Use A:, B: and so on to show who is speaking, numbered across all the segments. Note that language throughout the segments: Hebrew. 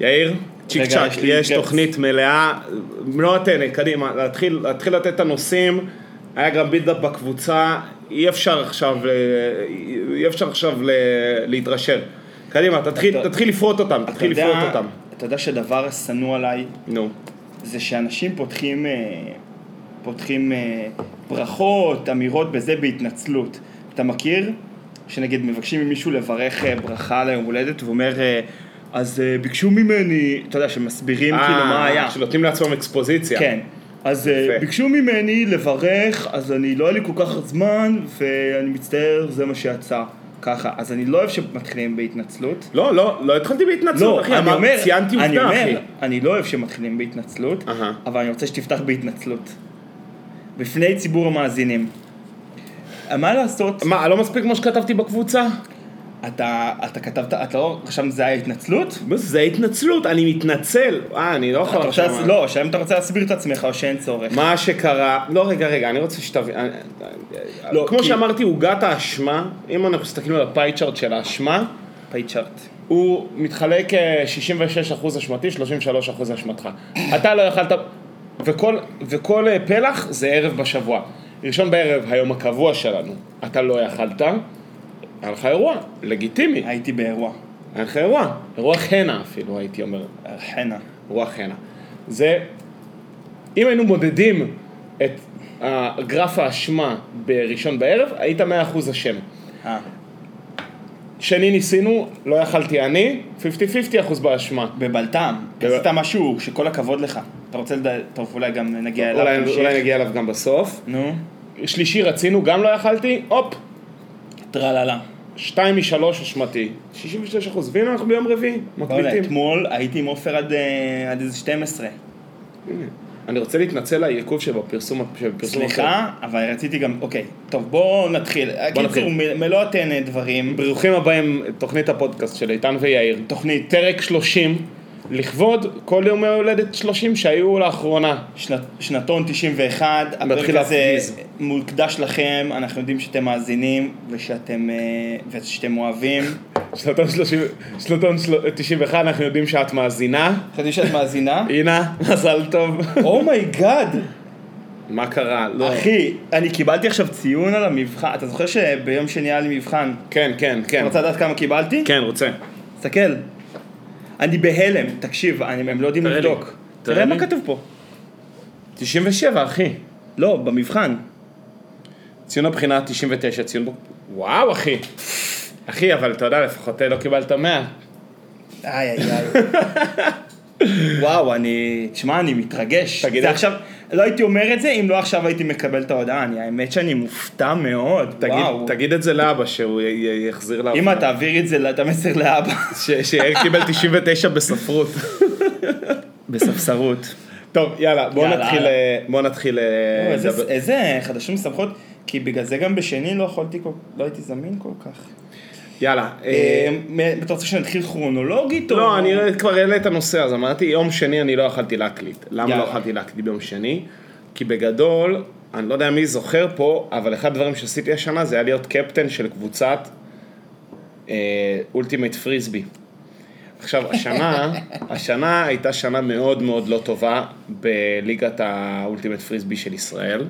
A: יאיר, צ'יק
B: רגע,
A: צ'אק,
B: יש לי
A: יש
B: גאפס.
A: תוכנית מלאה, מלוא הטנק, קדימה, להתחיל, להתחיל לתת את הנושאים, היה גם בילדאפ בקבוצה, אי אפשר עכשיו, אה, אי אפשר עכשיו ל- להתרשל. קדימה, תתחיל,
B: אתה-
A: תתחיל לפרוט אותם,
B: אתה
A: תתחיל
B: יודע-
A: לפרוט אותם.
B: אתה יודע שהדבר השנוא עליי
A: נו.
B: זה שאנשים פותחים, אה, פותחים אה, ברכות, אמירות בזה בהתנצלות. אתה מכיר? שנגיד מבקשים ממישהו לברך אה, ברכה ליום הולדת, והוא אומר, אה, אז אה, ביקשו ממני, אתה יודע, שמסבירים כאילו מה היה.
A: שנותנים אה, לעצמם אקספוזיציה.
B: כן. אז אה,
A: יפה.
B: ביקשו ממני לברך, אז אני לא היה לי כל כך זמן, ואני מצטער, זה מה שיצא. ככה. אז אני לא אוהב שמתחילים בהתנצלות.
A: לא, לא, לא התחלתי בהתנצלות,
B: לא,
A: אחי,
B: אני
A: אמר-
B: אומר,
A: ציינתי
B: אני
A: עובדה, אחי.
B: אומר, אני לא אוהב שמתחילים בהתנצלות,
A: אהה.
B: אבל אני רוצה שתפתח בהתנצלות. בפני ציבור המאזינים. אה, מה לעשות?
A: מה, לא מספיק כמו שכתבתי בקבוצה?
B: אתה אתה כתבת, אתה לא, עכשיו זה היה התנצלות?
A: מה זה, זה התנצלות, אני מתנצל. אה, אני לא
B: אתה
A: יכול
B: רוצה,
A: עכשיו...
B: להס- לא, השאלה אם אתה רוצה להסביר את עצמך או שאין צורך.
A: מה שקרה, לא רגע רגע, אני רוצה שתבין, אני-
B: לא,
A: כמו
B: כי-
A: שאמרתי עוגת האשמה, אם אנחנו מסתכלים על הפאי צ'ארט של האשמה,
B: פייצ'ארט.
A: הוא מתחלק אה, 66% אשמתי, 33% אשמתך. אתה לא יכלת, וכל, וכל אה, פלח זה ערב בשבוע. ראשון בערב, היום הקבוע שלנו, אתה לא יכלת, היה לך אירוע, לגיטימי,
B: הייתי באירוע.
A: היה לך אירוע, אירוע חנה אפילו הייתי אומר,
B: אה, חנה.
A: רוח הנה. זה, אם היינו מודדים את אה, גרף האשמה בראשון בערב, היית 100% אשם.
B: אה,
A: שני ניסינו, לא יכלתי אני, 50-50 אחוז באשמה.
B: בבלטם. עשית משהו שכל הכבוד לך. אתה רוצה לדעת, טוב אולי גם נגיע אליו.
A: אולי,
B: תמשיך.
A: אולי נגיע אליו גם בסוף.
B: נו,
A: שלישי רצינו, גם לא יכלתי, הופ,
B: טרללה.
A: 2 מ-3 אשמתי. 66 אחוז, והנה אנחנו ביום רביעי,
B: וואלה,
A: מקליטים.
B: אתמול הייתי עם עופר עד, אה, עד איזה 12.
A: אני רוצה להתנצל על העיכוב שבפרסום, שבפרסום
B: סליחה, אבל רציתי גם, אוקיי. טוב, בואו נתחיל.
A: נתחיל.
B: קיצור, מ- מלוא הטענה דברים.
A: ברוכים הבאים, תוכנית הפודקאסט של איתן ויאיר.
B: תוכנית
A: פרק 30, לכבוד כל יום ההולדת 30 שהיו לאחרונה.
B: שנת, שנתון 91, הפרק
A: מתחיל
B: הזה
A: להפגיז.
B: מוקדש לכם, אנחנו יודעים שאתם מאזינים ושאתם, אה, ושאתם אוהבים.
A: שנתון 30 שנתון של- 91, אנחנו יודעים שאת מאזינה.
B: אתם יודעים שאת מאזינה?
A: הנה, מזל טוב. אה.
B: אומייגאד,
A: מה קרה? לא.
B: אחי, אני קיבלתי עכשיו ציון על המבחן, אתה זוכר שביום שני היה לי מבחן?
A: כן, כן,
B: אתה
A: כן.
B: רוצה לדעת כמה קיבלתי?
A: כן, רוצה.
B: תסתכל. אני בהלם, תקשיב, אני, הם לא יודעים
A: תראה לי.
B: לבדוק.
A: תראה
B: תראה מה
A: לי.
B: כתוב פה.
A: 97, אחי.
B: לא, במבחן.
A: ציון הבחינה 99, ציון... ב- וואו, אחי. אחי, אבל אתה יודע, לפחות אה, לא קיבלת 100.
B: איי איי איי. וואו, אני... תשמע, אני מתרגש.
A: תגיד,
B: זה
A: איך-
B: עכשיו... לא הייתי אומר את זה אם לא עכשיו הייתי מקבל את ההודעה. אני, האמת שאני מופתע מאוד.
A: תגיד-
B: וואו.
A: תגיד את זה לאבא, שהוא י- י- יחזיר לאבא.
B: אמא, תעביר את זה, ל- את המסר לאבא.
A: שיאיר קיבל 99 בספרות.
B: בספסרות.
A: טוב, יאללה, בואו
B: יאללה,
A: נתחיל...
B: הלאה.
A: אה, בואו נתחיל... אה,
B: איזה-
A: לדבר.
B: איזה חדשות מסמכות, כי בגלל זה גם בשני לא יכולתי כל... לא הייתי זמין כל כך.
A: יאללה. אה,
B: אה, מ- אתה רוצה שנתחיל כרונולוגית? או-
A: לא, אני כבר העלה את הנושא, אז אמרתי, יום שני אני לא יכלתי להקליט. למה לא
B: יאללה.
A: יכלתי להקליט ביום שני? כי בגדול, אני לא יודע מי זוכר פה, אבל אחד הדברים שעשיתי השנה זה היה להיות קפטן של קבוצת אולטימט פריסבי. עכשיו, השנה, השנה הייתה שנה מאוד מאוד לא טובה בליגת האולטימט פריסבי של ישראל,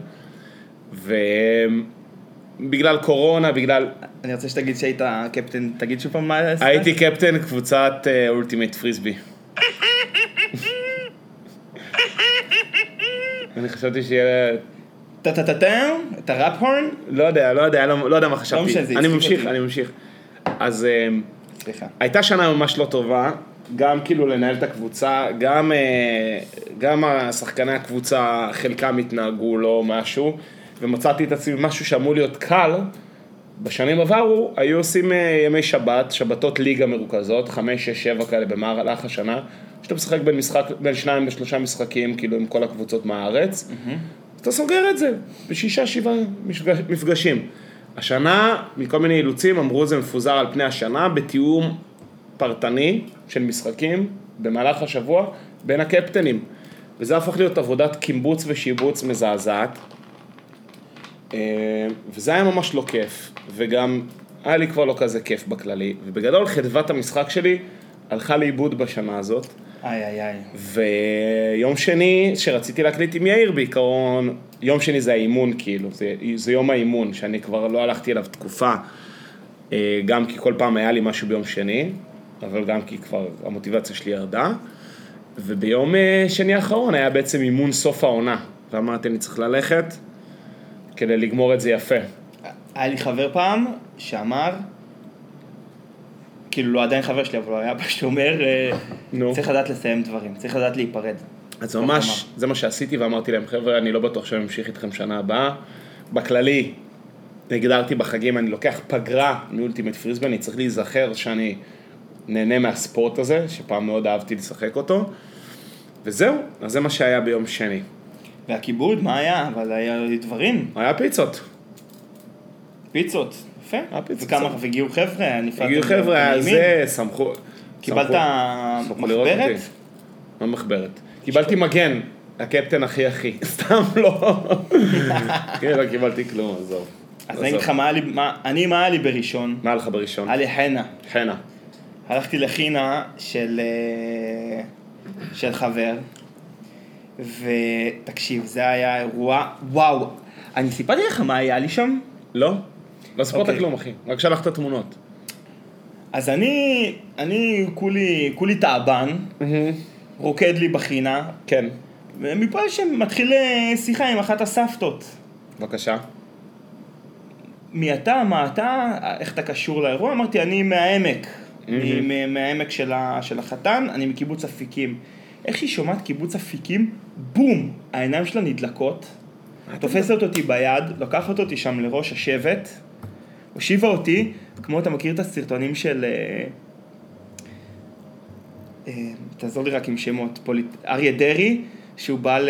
A: ובגלל קורונה, בגלל
B: אני רוצה שתגיד שהיית קפטן, תגיד שוב פעם מה... עשית.
A: הייתי קפטן קבוצת אולטימט פריסבי. אני חשבתי שיהיה...
B: טה-טה-טה-טה, את הראפ הורן?
A: לא יודע, לא יודע, לא לא יודע מה חשבתי.
B: משנה, זה
A: אני
B: הצחיק
A: ממשיך,
B: אותי.
A: אני ממשיך. אז אמ,
B: סליחה.
A: הייתה שנה ממש לא טובה, גם כאילו לנהל את הקבוצה, גם, אה, גם השחקני הקבוצה, חלקם התנהגו לא משהו, ומצאתי את עצמי משהו שאמור להיות קל. בשנים עברו היו עושים אה, ימי שבת, שבתות ליגה מרוכזות, חמש, שש, שבע כאלה במהלך השנה, שאתה משחק בין, משחק, בין שניים לשלושה משחקים, כאילו עם כל הקבוצות מהארץ, אז אתה סוגר את זה בשישה, שבעה מפגש, מפגשים. השנה, מכל מיני אילוצים, אמרו זה מפוזר על פני השנה, בתיאום פרטני של משחקים במהלך השבוע בין הקפטנים. וזה הפך להיות עבודת קימבוץ ושיבוץ מזעזעת. אה, וזה היה ממש לא כיף, וגם היה לי כבר לא כזה כיף בכללי, ובגדול חדוות המשחק שלי הלכה לאיבוד בשנה הזאת,
B: איי איי איי.
A: ויום שני, שרציתי להקליט עם יאיר בעיקרון, יום שני זה האימון כאילו, זה, זה יום האימון, שאני כבר לא הלכתי אליו תקופה, אה, גם כי כל פעם היה לי משהו ביום שני, אבל גם כי כבר המוטיבציה שלי ירדה, וביום אה, שני האחרון היה בעצם אימון סוף העונה, ואמרתי אני צריך ללכת כדי לגמור את זה יפה.
B: היה לי חבר פעם שאמר, כאילו לא עדיין חבר שלי, אבל הוא היה פשוט אומר, אה,
A: נו.
B: צריך לדעת לסיים דברים, צריך לדעת להיפרד.
A: אז ממש, זה מה שעשיתי ואמרתי להם, חבר'ה, אני לא בטוח שאני אמשיך איתכם שנה הבאה. בכללי, הגדרתי בחגים, אני לוקח פגרה מאולטימט פריסבן, אני צריך להיזכר שאני נהנה מהספורט הזה, שפעם מאוד אהבתי לשחק אותו. וזהו, אז זה מה שהיה ביום שני.
B: והכיבוד, מה היה? אבל היה לי דברים,
A: היה פיצות.
B: פיצות, יפה.
A: היה פיצות.
B: וכמה, והגיעו חבר'ה, נפלט.
A: הגיעו חבר'ה, על זה, שמחו.
B: קיבלת
A: שמחו- שמחו לראות
B: מחברת?
A: אותי. מה מחברת? קיבלתי מגן, הקפטן הכי הכי. סתם לא. כן, לא קיבלתי כלום, עזוב.
B: אז
A: עזוב.
B: אני אגיד לך מה היה לי, מה- אני מה היה לי בראשון?
A: מה היה לך בראשון?
B: היה לי חנה.
A: חנה.
B: הלכתי לחינה של, אה, של חבר, ותקשיב, זה היה אירוע, וואו, אני סיפרתי לך מה היה לי שם?
A: לא? לא סיפרת
B: אוקיי.
A: כלום, אחי. רק שלחת תמונות.
B: אז אני, אני כולי, כולי תאבן, רוקד לי בחינה,
A: כן.
B: ומפה שמתחיל אה, שיחה עם אחת הסבתות.
A: בבקשה.
B: מי אתה, מה אתה, איך אתה קשור לאירוע? אמרתי, אני מהעמק. אני מ- מהעמק של, ה, של החתן, אני מקיבוץ אפיקים. איך שהיא שומעת קיבוץ אפיקים, בום! העיניים שלה נדלקות, תופסת אותי ביד, לוקחת אותי שם לראש השבט, הושיבה אותי, כמו אתה מכיר את הסרטונים של... אה, אה, תעזור לי רק עם שמות, פוליט... אריה דרעי, שהוא בא ל...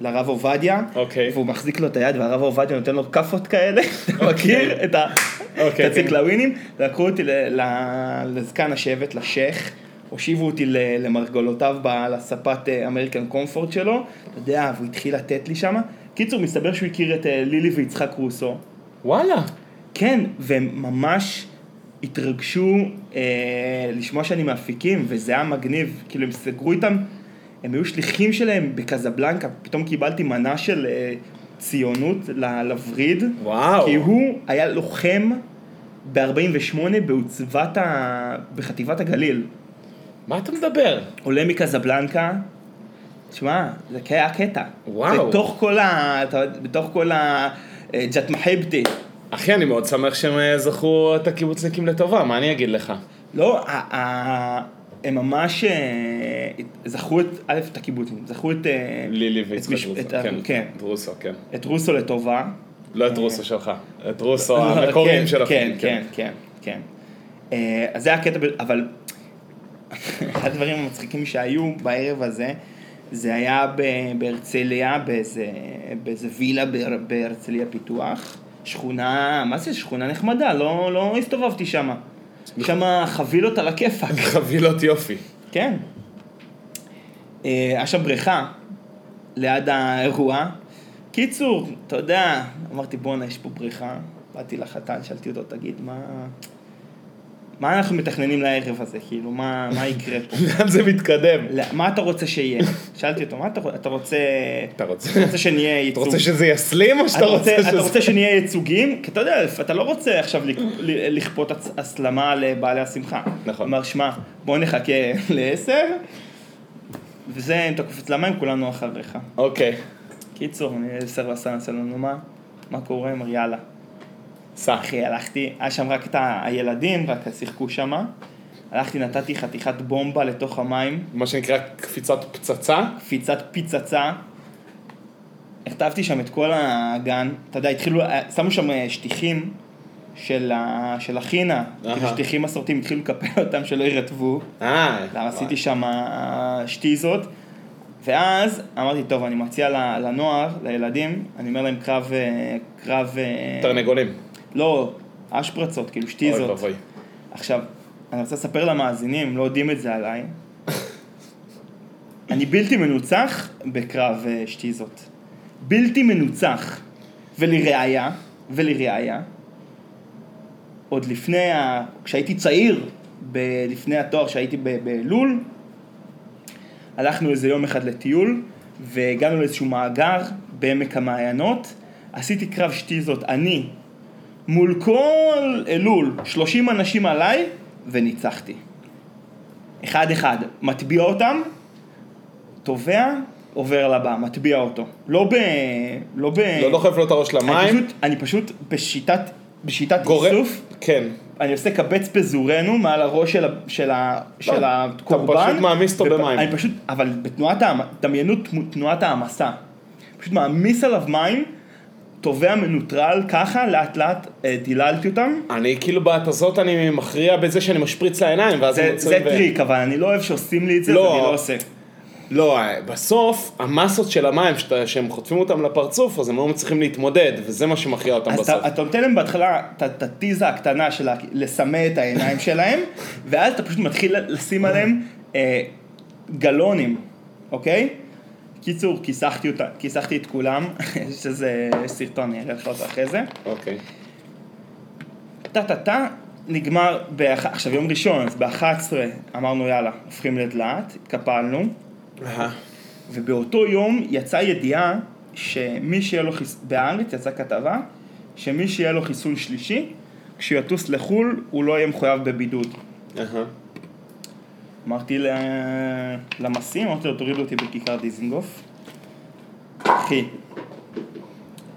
B: לרב עובדיה,
A: אוקיי.
B: והוא מחזיק לו את היד והרב עובדיה נותן לו כאפות כאלה, אתה מכיר? את ה...
A: אוקיי,
B: את
A: כן.
B: הציקלאווינים, לקחו אותי ל- ל- לזקן השבט, לשייח, הושיבו אותי ל- למרגלותיו ב- על הספת אמריקן קומפורט שלו, אתה יודע, והוא התחיל לתת לי שמה. קיצור, מסתבר שהוא הכיר את אה, לילי ויצחק רוסו.
A: וואלה.
B: כן, והם ממש התרגשו אה, לשמוע שאני מאפיקים, וזה היה מגניב, כאילו הם סגרו איתם, הם היו שליחים שלהם בקזבלנקה, פתאום קיבלתי מנה של אה, ציונות ל- לווריד,
A: וואו.
B: כי הוא היה לוחם ב-48 בעוצבת ה... בחטיבת הגליל,
A: מה אתה מדבר?
B: עולה מקזבלנקה, תשמע, זה כ- היה קטע,
A: וואו.
B: בתוך כל ה... אתה- בתוך כל ה... אה, ג'ת מחבתי.
A: אחי, אני מאוד שמח שהם אה, זכו את הקיבוצניקים לטובה, מה אני אגיד לך?
B: לא, ה- ה- הם ממש אה, זכו את, א', את הקיבוצים, זכו את... אה,
A: לילי
B: את
A: ויצחק
B: מש-
A: רוסו.
B: את ה- כן,
A: את רוסו, כן.
B: את רוסו לטובה.
A: לא את רוסו שלך, את רוסו
B: לא,
A: המקוריים
B: כן,
A: שלכם.
B: כן, כן, כן, כן. אה, אז זה הקטע, ב- אבל אחד הדברים המצחיקים שהיו בערב הזה, זה היה ב- בהרצליה, באיזה, באיזה וילה בהר- בהרצליה פיתוח. שכונה, מה זה שכונה נחמדה, לא, לא הסתובבתי שם.
A: נכון.
B: שם חבילות על הכיפאק.
A: חבילות יופי.
B: כן. אה, היה שם בריכה ליד האירוע. קיצור, אתה יודע, אמרתי בואנה, יש פה בריכה. באתי לחתן, שאלתי אותו, תגיד, מה... מה אנחנו מתכננים לערב הזה? כאילו, מה, מה יקרה פה?
A: לאן זה מתקדם?
B: לא, מה אתה רוצה שיהיה? שאלתי אותו, מה אתה רוצה? אתה רוצה...
A: אתה רוצה?
B: אתה רוצה שנהיה
A: אתה
B: ייצוג?
A: רוצה שזה יסלים או שאתה
B: אתה רוצה,
A: רוצה
B: אתה
A: שזה...
B: רוצה שנהיה ייצוגיים? כי אתה יודע, אתה לא רוצה עכשיו לכ- ל- לכפות הצ- הסלמה לבעלי השמחה.
A: נכון.
B: כלומר, שמע, בוא נחכה לעשר, וזה, אם אתה קופץ למים, כולנו אחריך.
A: אוקיי,
B: קיצור, אני סרווה סנס לנו, מה? מה קורה? אמר, יאללה.
A: סע.
B: אחי, הלכתי, היה שם רק את ה- הילדים, רק שיחקו שמה. הלכתי, נתתי חתיכת בומבה לתוך המים,
A: מה שנקרא קפיצת פצצה.
B: קפיצת פיצצה. הכתבתי שם את כל הגן, אתה יודע, התחילו, שמו שם אה, שטיחים של, ה, של החינה, כאילו
A: אהה.
B: שטיחים מסורתיים, התחילו לקפל אותם שלא יירטבו,
A: אה.
B: למה עשיתי שם אה, שטיזות, ואז אמרתי, טוב, אני מציע ל- לנוער, לילדים, אני אומר להם קרב, אה, קרב, אה,
A: תרנגולים.
B: לא, אשפרצות, כאילו
A: אוי
B: שטיזות.
A: ואבוי.
B: עכשיו, אני רוצה לספר למאזינים, הם לא יודעים את זה עליי. אני בלתי מנוצח בקרב אה, שטיזות. בלתי מנוצח. ולראיה, ולראיה, עוד לפני, ה... כשהייתי צעיר, ב- לפני התואר שהייתי ב- בלול, הלכנו איזה יום אחד לטיול, והגענו לאיזשהו מאגר בעמק המעיינות, עשיתי קרב שטיזות, אני, מול כל אלול, 30 אנשים עליי, וניצחתי. אחד אחד, מטביע אותם, תובע, עובר לבא, מטביע אותו. לא ב... לא ב...
A: לא דוחף לו את הראש
B: אני
A: למים,
B: פשוט, אני פשוט בשיטת, בשיטת
A: גורם,
B: איסוף,
A: כן.
B: אני עושה קבץ פזורנו מעל הראש של, ה, של, ה, של הקורבן.
A: לא, פשוט מעמיס אותו
B: ופ-
A: במים.
B: אני פשוט, אבל בתנועת, העמ- דמיינו תמו- תנועת העמסה. פשוט מעמיס עליו מים, טובע מנוטרל ככה, לאט לאט אה, דיללתי אותם.
A: אני כאילו בעת הזאת אני מכריע בזה שאני משפריץ לעיניים, ואז
B: זה,
A: הם
B: זה
A: עוצרים ו-
B: טריק, אבל אני לא אוהב שעושים לי את זה,
A: לא.
B: אז אני לא עושה.
A: לא, בסוף המסות של המים, שאתה- שהם חוטפים אותם לפרצוף, אז הם לא מצליחים להתמודד, וזה מה שמכריע אותם
B: אז
A: בסוף.
B: אתה, אתה נותן להם בהתחלה את- את הטיזה הקטנה של ה- לסמא את העיניים שלהם, ואז אתה פשוט מתחיל לשים עליהם אה, גלונים, אוקיי? קיצור, כיסחתי, אותה, כיסחתי את כולם, יש איזה סרטון, אני אראה לך אותו אחרי זה.
A: אוקיי.
B: טה טה טה, נגמר, באח... עכשיו יום ראשון, אז ב-11 אמרנו יאללה, הופכים לדלעת, התקפלנו, ובאותו יום יצאה ידיעה שמי שיהיה לו חיס... בארץ יצאה כתבה, שמי שיהיה לו חיסון שלישי, כשהוא יטוס לחו"ל הוא לא יהיה מחויב בבידוד.
A: אהה.
B: אמרתי ל... למסים, אמרתי לו תוריד אותי בכיכר דיזנגוף. אחי,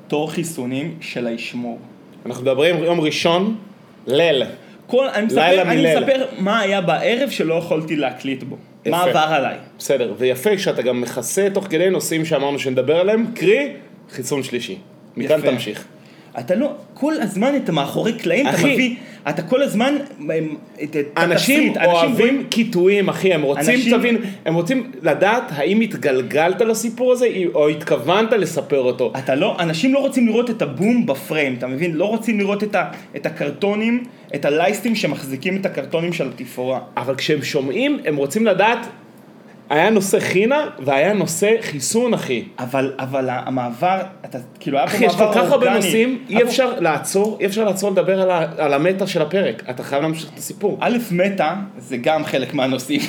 B: תור חיסונים של הישמור.
A: אנחנו מדברים יום ראשון, ליל.
B: כל, אני מספר,
A: לילה
B: אני
A: מליל.
B: מספר מה היה בערב שלא יכולתי להקליט בו.
A: יפה.
B: מה עבר עליי.
A: בסדר, ויפה שאתה גם מכסה תוך כדי נושאים שאמרנו שנדבר עליהם, קרי, חיסון שלישי. מכאן
B: יפה.
A: תמשיך.
B: אתה לא, כל הזמן אתה מאחורי קלעים, אתה
A: אחי.
B: מביא, אתה כל הזמן, אמ, את- את-
A: אנשים
B: תסריט, רואים-
A: אוהבים קיטויים, אחי, הם רוצים,
B: אנשים-
A: תבין, הם רוצים לדעת האם התגלגלת לסיפור הזה, או התכוונת לספר אותו.
B: אתה לא, אנשים לא רוצים לראות את הבום בפריים, אתה מבין? לא רוצים לראות את, ה, את הקרטונים, את הלייסטים שמחזיקים את הקרטונים של התפאורה.
A: אבל כשהם שומעים, הם רוצים לדעת, היה נושא חינה, והיה נושא חיסון, אחי.
B: אבל, אבל המעבר, אתה כאילו היה פה
A: אחי,
B: מעבר
A: יש כל כך הרבה
B: אורגני.
A: נושאים,
B: היה
A: אי
B: פה-
A: אפשר לעצור, אי אפשר לעצור לדבר על ה- על המטה של הפרק. אתה חייב להמשיך את הסיפור.
B: א', מטה, זה גם חלק מהנושאים.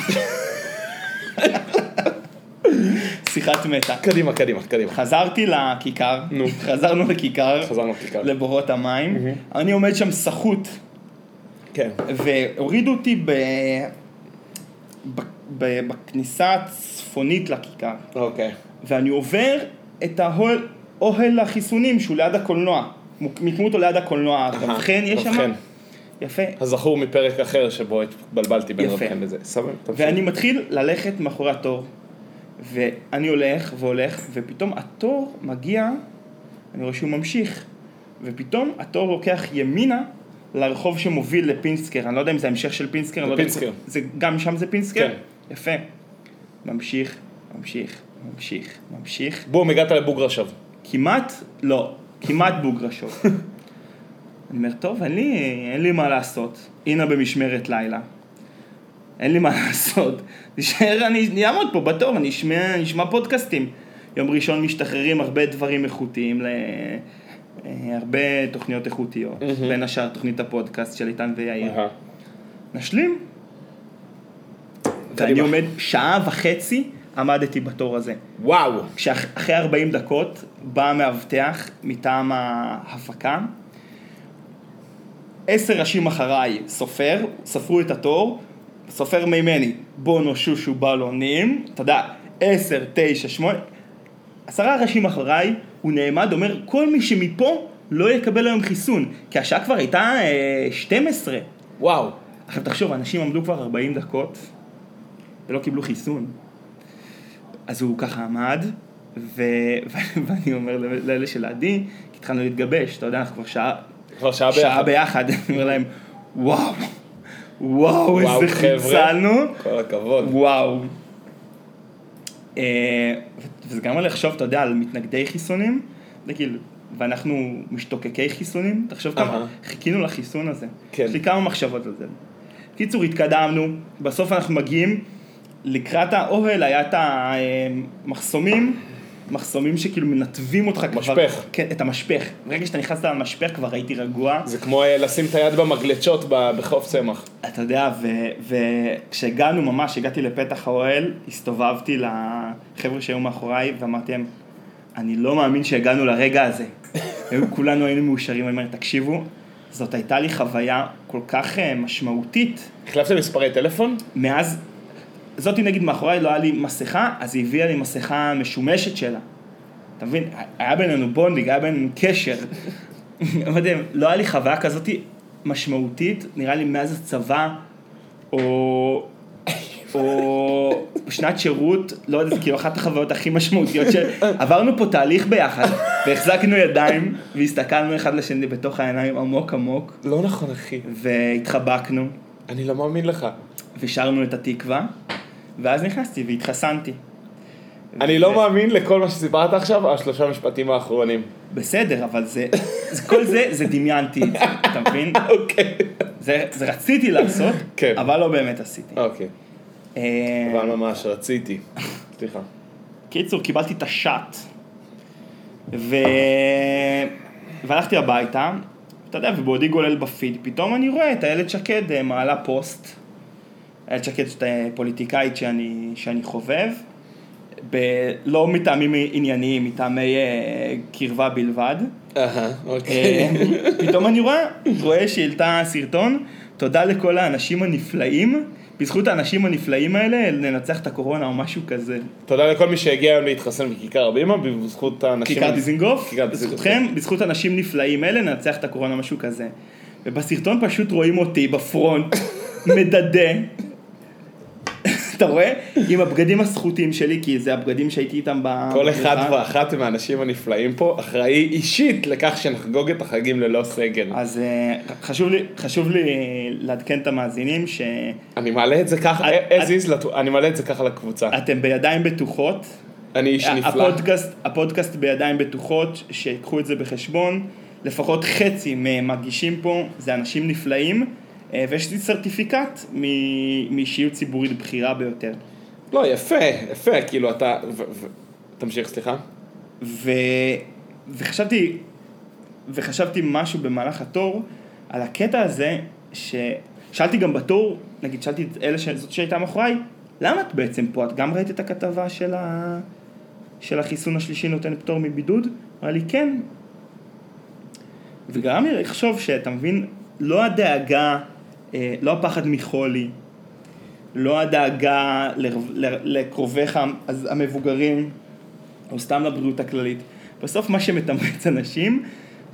B: שיחת מטה.
A: קדימה, קדימה, קדימה.
B: חזרתי לכיכר,
A: נו.
B: חזרנו לכיכר,
A: חזרנו לכיכר.
B: לבורות המים, אני עומד שם סחוט,
A: כן.
B: והורידו אותי ב... ב... ב... בכניסה הצפונית לכיכר,
A: אוקיי.
B: ואני עובר את האוהל אוהל החיסונים שהוא ליד הקולנוע, מוק- מיקמו אותו ליד הקולנוע,
A: אהה,
B: רב חן יש
A: רב
B: שם,
A: חן.
B: יפה,
A: הזכור מפרק אחר שבו התבלבלתי בין רב
B: יפה.
A: חן לזה. סבבה, תמשיך.
B: ואני מתחיל ללכת מאחורי התור, ואני הולך והולך, ופתאום התור מגיע, אני רואה שהוא ממשיך, ופתאום התור לוקח ימינה לרחוב שמוביל לפינסקר, אני לא יודע אם זה המשך של פינסקר, אני לא יודע אם-
A: פינסקר.
B: זה, גם שם זה פינסקר?
A: כן.
B: יפה. ממשיך, ממשיך, ממשיך, ממשיך,
A: בום, הגעת לבוגרשוב.
B: כמעט, לא, כמעט בוגרשוב. אני אומר, טוב, אין לי, אין לי מה לעשות, הנה במשמרת לילה. אין לי מה לעשות. נשאר, אני אני אעמוד פה בתור, אני אשמע, אני אשמע פודקאסטים. יום ראשון משתחררים הרבה דברים איכותיים, ל... אה, הרבה תוכניות איכותיות,
A: מהמם.
B: בין השאר תוכנית הפודקאסט של איתן ויאיר. נשלים. ואני
A: קדימה.
B: עומד שעה וחצי, עמדתי בתור הזה.
A: וואו.
B: כשאחרי 40 דקות בא המאבטח מטעם ההפקה. עשר ראשים אחריי סופר, ספרו את התור, סופר ממני בונו שושו בלונים, אתה יודע, עשר, תשע, שמונה, עשרה ראשים אחריי, הוא נעמד, אומר, כל מי שמפה לא יקבל היום חיסון, כי השעה כבר הייתה אה, 12.
A: וואו.
B: עכשיו תחשוב, אנשים עמדו כבר 40 דקות ולא קיבלו חיסון. אז הוא ככה עמד, ו... ואני אומר ל- לאלה שלידי, כי התחלנו להתגבש, אתה יודע, אנחנו כבר שעה,
A: כבר שעה
B: שעה
A: ביחד.
B: ביחד, אני אומר להם, וואו, וואו,
A: וואו,
B: איזה
A: חבר'ה.
B: חיצלנו,
A: כל הכבוד.
B: וואו. אה, ו- וזה גם על לחשוב, אתה יודע, על מתנגדי חיסונים, זה כאילו, ואנחנו משתוקקי חיסונים, תחשוב
A: אהה.
B: כמה, חיכינו לחיסון הזה.
A: כן.
B: יש לי כמה מחשבות על זה. קיצור, התקדמנו, בסוף אנחנו מגיעים, לקראת האוהל היה את המחסומים, מחסומים שכאילו מנתבים אותך כבר.
A: משפך.
B: כן, את המשפך. ברגע שאתה נכנסת למשפך כבר הייתי רגוע.
A: זה כמו אה, לשים את היד במגלצ'ות ב- בחוף צמח.
B: אתה יודע, וכשהגענו ממש, הגעתי לפתח האוהל, הסתובבתי לחבר'ה שהיו מאחוריי ואמרתי להם, אני לא מאמין שהגענו לרגע הזה. היו, כולנו היינו מאושרים, אני אומר, תקשיבו, זאת הייתה לי חוויה כל כך אה, משמעותית.
A: החלפתם מספרי טלפון?
B: מאז, זאתי נגיד מאחוריי לא היה לי מסכה, אז היא הביאה לי מסכה משומשת שלה. אתה מבין? היה בינינו בונדינג, היה בינינו קשר. אמרתי להם, לא היה לי חוויה כזאת משמעותית, נראה לי מאז הצבא, או... או שנת שירות, לא יודע, זה כאילו אחת החוויות הכי משמעותיות ש... עברנו פה תהליך ביחד, והחזקנו ידיים, והסתכלנו אחד לשני בתוך העיניים עמוק עמוק,
A: לא נכון, אחי.
B: והתחבקנו,
A: אני לא מאמין לך.
B: ושרנו את התקווה, ואז נכנסתי והתחסנתי.
A: אני לא מאמין לכל מה שסיפרת עכשיו, השלושה משפטים האחרונים.
B: בסדר, אבל זה, זה כל זה, זה דמיינתי, את זה, אתה מבין?
A: אוקיי.
B: זה, זה רציתי לעשות,
A: כן.
B: אבל לא באמת עשיתי.
A: אוקיי.
B: אה,
A: אבל ממש רציתי. סליחה.
B: קיצור, קיבלתי את השאט. ו... והלכתי הביתה, אתה יודע, ובעודי גולל בפיד, פתאום אני רואה את איילת שקד אה, מעלה פוסט. איילת שקד זאת אה, פוליטיקאית שאני, שאני חובב, ב... לא מטעמים ענייניים, מטעמי אה, קרבה בלבד.
A: אהה,
B: אה, פתאום אני רואה, רואה שהעלתה סרטון, תודה לכל האנשים הנפלאים, בזכות האנשים הנפלאים האלה ננצח את הקורונה או משהו כזה.
A: תודה לכל מי שהגיע היום להתחסן בכיכר הבימה, בזכות האנשים...
B: כיכר דיזינגוף,
A: כיכר דיזינגוף. כן.
B: בזכותכם, בזכות אנשים נפלאים אלה, ננצח את הקורונה, משהו כזה. ובסרטון פשוט רואים אותי בפרונט, מדדה. אתה רואה? עם הבגדים הסחוטים שלי, כי זה הבגדים שהייתי איתם ב...
A: כל אחד
B: בבריכה.
A: ואחת מהאנשים הנפלאים פה אחראי אישית לכך שנחגוג את החגים ללא סגל.
B: אז אה, חשוב לי, חשוב לי לעדכן את המאזינים ש...
A: אני מעלה את זה ככה, אה,
B: את-
A: as is, לת- אני מעלה את זה ככה לקבוצה.
B: אתם בידיים בטוחות.
A: אני איש
B: אה,
A: נפלא.
B: הפודקאסט, הפודקאסט בידיים בטוחות, שיקחו את זה בחשבון. לפחות חצי מהמגישים פה זה אנשים נפלאים, אה, ויש לי סרטיפיקט מ- מאישיות ציבורית בכירה ביותר.
A: לא, יפה, יפה, כאילו אתה... ו- ו- תמשיך, סליחה.
B: ו... וחשבתי, וחשבתי משהו במהלך התור על הקטע הזה, ששאלתי גם בתור, נגיד שאלתי את אלה, ש... זאת שהייתה מאחוריי, למה את בעצם פה? את גם ראית את הכתבה של, ה... של החיסון השלישי נותן פטור מבידוד? אמרה לי כן. וגרם לי לחשוב שאתה מבין, לא הדאגה, אה, לא הפחד מחולי, לא הדאגה לרו- ל- לקרוביך אז- המבוגרים, או סתם לבריאות הכללית. בסוף מה שמתמרץ אנשים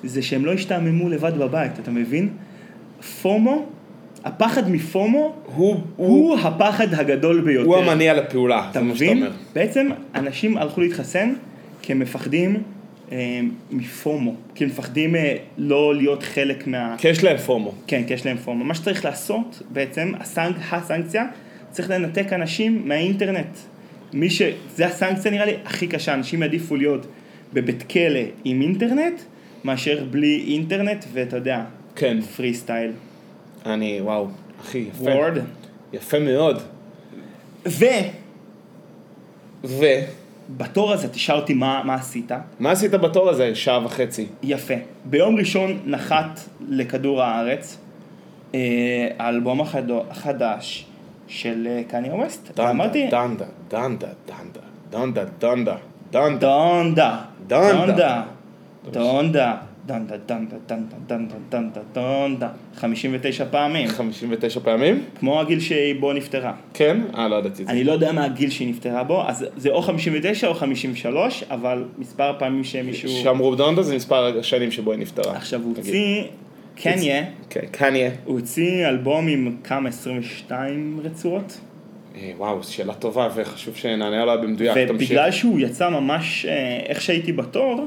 B: זה שהם לא ישתעממו לבד בבית, אתה מבין? פומו, הפחד מפומו
A: הוא-
B: הוא הפחד הגדול ביותר.
A: הוא המניע לפעולה,
B: אתה
A: זה מה שאתה
B: מבין?
A: אומר.
B: בעצם אנשים הלכו להתחסן כי הם מפחדים אה, מפומו, כי הם מפחדים אה, לא להיות חלק מה...
A: כי יש להם פומו.
B: כן, כי יש להם פומו. מה שצריך לעשות, בעצם, הסנק, הסנקציה, צריך לנתק אנשים מהאינטרנט. מי ש... זה הסנקציה נראה לי הכי קשה, אנשים יעדיפו להיות בבית כלא עם אינטרנט, מאשר בלי אינטרנט, ואתה יודע,
A: כן.
B: פרי סטייל.
A: אני, וואו, אחי, יפה.
B: וורד.
A: יפה מאוד.
B: ובתור
A: ו...
B: הזה תשאל אותי מה, מה עשית.
A: מה עשית בתור הזה? שעה וחצי.
B: יפה. ביום ראשון נחת לכדור הארץ אה, האלבום החדו- החדש של אה, קניה ווסט. ואמרתי,
A: דנדה, דנדה, דנדה, דנדה, דנדה, דנדה.
B: דונדה.
A: דונדה.
B: דונדה. דונדה. דונדה, דונדה, דונדה, דונדה, דונדה, דונדה. 59 פעמים.
A: 59 פעמים?
B: כמו הגיל שהיא בו נפטרה.
A: כן? אה, לא ידעתי את זה.
B: אני לא יודע מה הגיל שהיא נפטרה בו, אז זה או 59 או 53, אבל מספר הפעמים שמישהו...
A: שאמרו דונדה זה מספר השנים שבו היא נפטרה.
B: עכשיו הוא
A: תגיד.
B: הוציא, קניה,
A: כן, קניה.
B: הוא הוציא אלבום עם כמה 22 רצועות.
A: אה, וואו, זו שאלה טובה וחשוב שנענה עליה במדויק. תמשיך.
B: ובגלל שהוא יצא ממש אה, איך שהייתי בתור,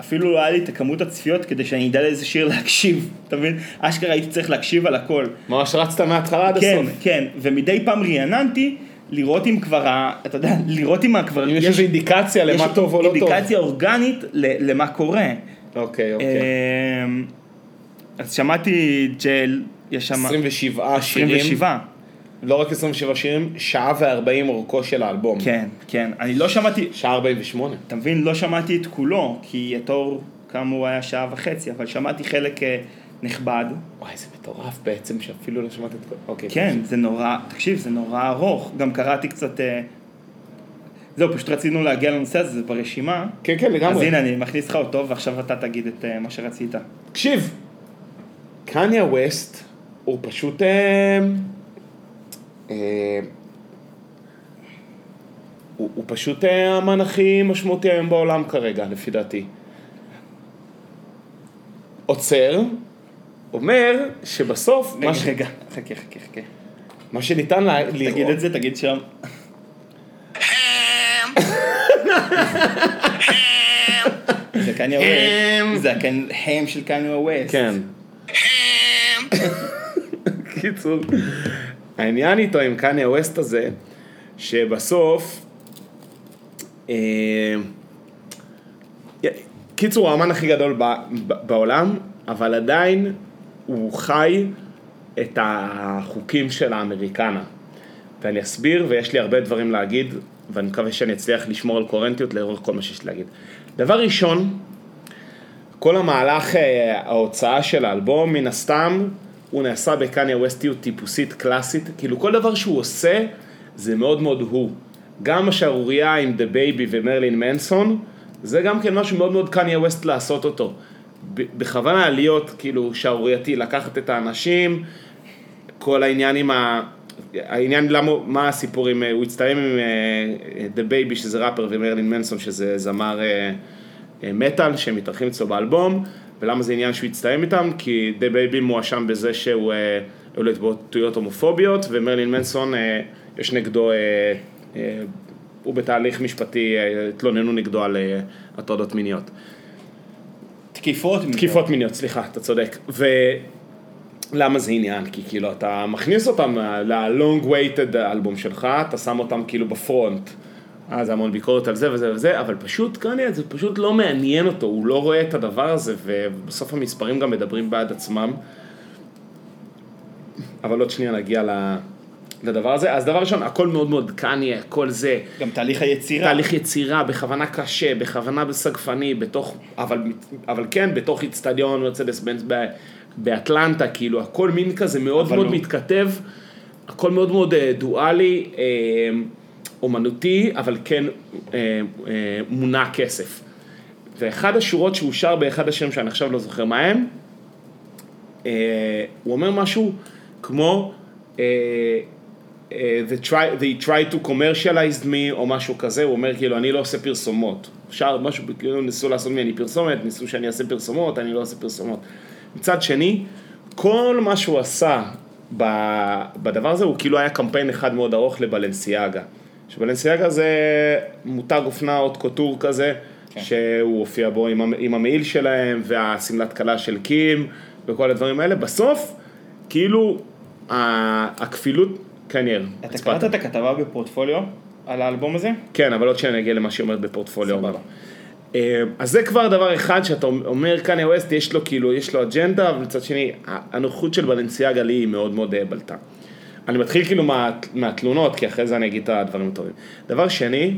B: אפילו לא היה לי את הכמות הצפיות כדי שאני אדע לאיזה שיר להקשיב, אתה מבין? אשכרה הייתי צריך להקשיב על הכל.
A: ממש רצת מההתחלה עד
B: כן,
A: הסוף.
B: כן, ומדי פעם רעננתי לראות אם כבר, ה- אתה יודע, לראות אם ה- כבר
A: אם יש איזו אינדיקציה
B: יש
A: למה טוב או לא טוב.
B: אינדיקציה אה, אורגנית ל- למה קורה.
A: אוקיי, אוקיי.
B: אמ, אז שמעתי ג'ל, יש שם
A: 27 שירים.
B: 27.
A: לא רק 27 שירים, שעה ו-40 אורכו של האלבום.
B: כן, כן. אני לא שמעתי,
A: שעה 48.
B: אתה מבין, לא שמעתי את כולו, כי התור כאמור היה שעה וחצי, אבל שמעתי חלק אה, נכבד.
A: וואי, זה מטורף בעצם, שאפילו לא שמעת את כל... אוקיי.
B: כן, זה נורא, תקשיב, זה נורא ארוך. גם קראתי קצת... אה, זהו, פשוט רצינו להגיע לנושא הזה, זה ברשימה.
A: כן, כן, לגמרי.
B: אז הנה, אני מכניס לך אותו, ועכשיו אתה תגיד את אה, מה שרצית.
A: תקשיב, קניה ווסט הוא פשוט... אה, אה, הוא, הוא פשוט אה, האמן הכי משמעותי היום בעולם כרגע, לפי דעתי. עוצר, אומר שבסוף, מה, ש,
B: רגע, חכה, חכה, חכה.
A: מה שניתן לה, לראות...
B: תגיד את זה, תגיד שם. זה קניה
A: הם.
B: ווסט. זה החם של קניה ווסט.
A: כן. קיצור, העניין איתו עם קניה ווסט הזה, שבסוף, אה, י- קיצור, הוא האמן הכי גדול ב- ב- בעולם, אבל עדיין הוא חי את החוקים של האמריקנה. ואני אסביר, ויש לי הרבה דברים להגיד, ואני מקווה שאני אצליח לשמור על קוהרנטיות לאורך כל מה שיש לי להגיד. דבר ראשון, כל המהלך אה, ההוצאה של האלבום, מן הסתם, הוא נעשה בקניה ווסטיות טיפוסית קלאסית, כאילו כל דבר שהוא עושה, זה מאוד מאוד הוא. גם השערורייה עם דה בייבי ומרלין מנסון, זה גם כן משהו מאוד מאוד קניה ווסט לעשות אותו. ב- בכוונה להיות כאילו שערורייתי, לקחת את האנשים, כל העניין עם ה... העניין למה, מה הסיפור עם, אה, הוא הצטלם עם דה בייבי שזה ראפר ומרלין מנסון שזה זמר אה, אה, מטאל שהם מתארחים אצלו באלבום ולמה זה עניין שהוא הצטלם איתם כי דה בייבי מואשם בזה שהוא אה, היו לו התבטאויות הומופוביות ומרלין מנסון אה, יש נגדו, אה, אה, הוא בתהליך משפטי, אה, התלוננו נגדו על אה, הטרדות מיניות.
B: תקיפות.
A: תקיפות מיניות, סליחה, אתה צודק. ולמה זה עניין? כי כאילו אתה מכניס אותם ל-long waited האלבום שלך, אתה שם אותם כאילו בפרונט. אז המון ביקורת על זה וזה וזה, אבל פשוט קניה זה פשוט לא מעניין אותו, הוא לא רואה את הדבר הזה, ובסוף המספרים גם מדברים בעד עצמם. אבל עוד שנייה נגיע ל- לדבר הזה. אז דבר ראשון, הכל מאוד מאוד קניה, הכל זה.
B: גם תהליך היצירה.
A: תהליך יצירה, בכוונה קשה, בכוונה בסגפני, בתוך, אבל, אבל כן, בתוך איצטדיון מרצדס בנץ ב- באטלנטה, כאילו, הכל מין כזה מאוד
B: אבל
A: מאוד
B: הוא-
A: מתכתב, הכל מאוד מאוד אה, דואלי, אה, אומנותי, אבל כן אה, אה, מונע כסף. ואחד השורות שהוא שר באחד השירים שאני עכשיו לא זוכר מה הם, אה, הוא אומר משהו כמו, אה, אה, they, try, they try to commercialize me או משהו כזה, הוא אומר כאילו אני לא עושה פרסומות. אפשר משהו, כאילו ניסו לעשות ממני פרסומת, ניסו שאני אעשה פרסומות, אני לא עושה פרסומות. מצד שני, כל מה שהוא עשה ב- בדבר הזה, הוא כאילו היה קמפיין אחד מאוד ארוך לבלנסיאגה. שבלנסיאגה זה מותג אופנה, עוד קוטור כזה, כן. שהוא הופיע בו עם, המ- עם המעיל שלהם, והשמלת כלה של קים, וכל הדברים האלה. בסוף, כאילו, ה- הכפילות, כן, כנראה.
B: אתה קראת את הכתבה בפורטפוליו על האלבום הזה?
A: כן, אבל עוד שניה נגיע למה שהיא אומרת בפורטפוליו. סבבה. אז זה כבר דבר אחד שאתה אומר, קניה ווסט, יש לו כאילו, יש לו אג'נדה, אבל מצד שני, הנוחות של בלנסיאגה לי היא מאוד מאוד אה, בלטה. אני מתחיל כאילו מה, מהתלונות, כי אחרי זה אני אגיד את הדברים הטובים. דבר שני,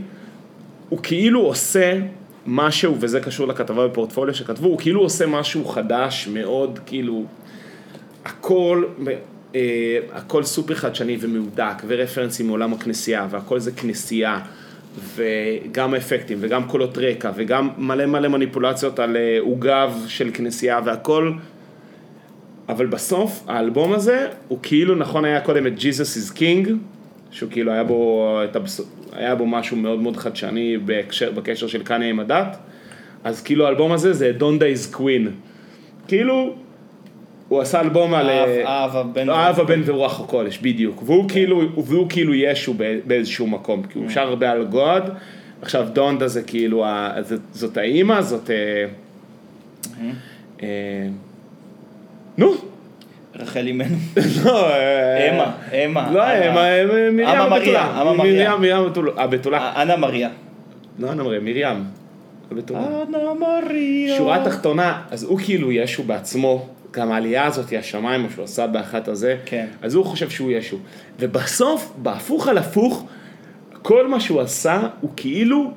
A: הוא כאילו עושה משהו, וזה קשור לכתבה בפורטפוליו שכתבו, הוא כאילו עושה משהו חדש מאוד, כאילו, הכל, אה, הכל סופר חדשני ומהודק, ורפרנסים מעולם הכנסייה, והכל זה כנסייה, וגם אפקטים, וגם קולות רקע, וגם מלא מלא מניפולציות על אה, עוגב של כנסייה, והכל. אבל בסוף, האלבום הזה, הוא כאילו, נכון היה קודם את Jesus is King, שהוא כאילו היה בו, את הבס... היה בו משהו מאוד מאוד חדשני בהקשר, בקשר של קניה עם הדת, אז כאילו האלבום הזה זה דונדה is Queen. כאילו, הוא עשה אלבום על...
B: אהב,
A: אה,
B: לא, אהב הבן.
A: אהב הבן ורוח הקודש, בדיוק. והוא
B: כן.
A: כאילו, והוא כאילו ישו בא- באיזשהו מקום, כי הוא שר הרבה על גוד. עכשיו דונדה זה כאילו, ה- זאת- זאת האימא, זאת... אה, אה, נו,
B: רחל אימנו.
A: לא, אה,
B: אמה, אמה.
A: לא,
B: אמה.
A: אמה, אה, מרים
B: אמה מריה,
A: הבתולה.
B: אמה מריה.
A: מרים, מרים הבתולה- הבתולה.
B: אה, אנה מריה.
A: לא, אני אומר, מרים. הבתולה.
B: אנה מריה.
A: שורה תחתונה, אז הוא כאילו ישו בעצמו, גם העלייה הזאת, השמיים, מה שהוא עשה באחת הזה,
B: כן.
A: אז הוא חושב שהוא ישו. ובסוף, בהפוך על הפוך, כל מה שהוא עשה הוא כאילו,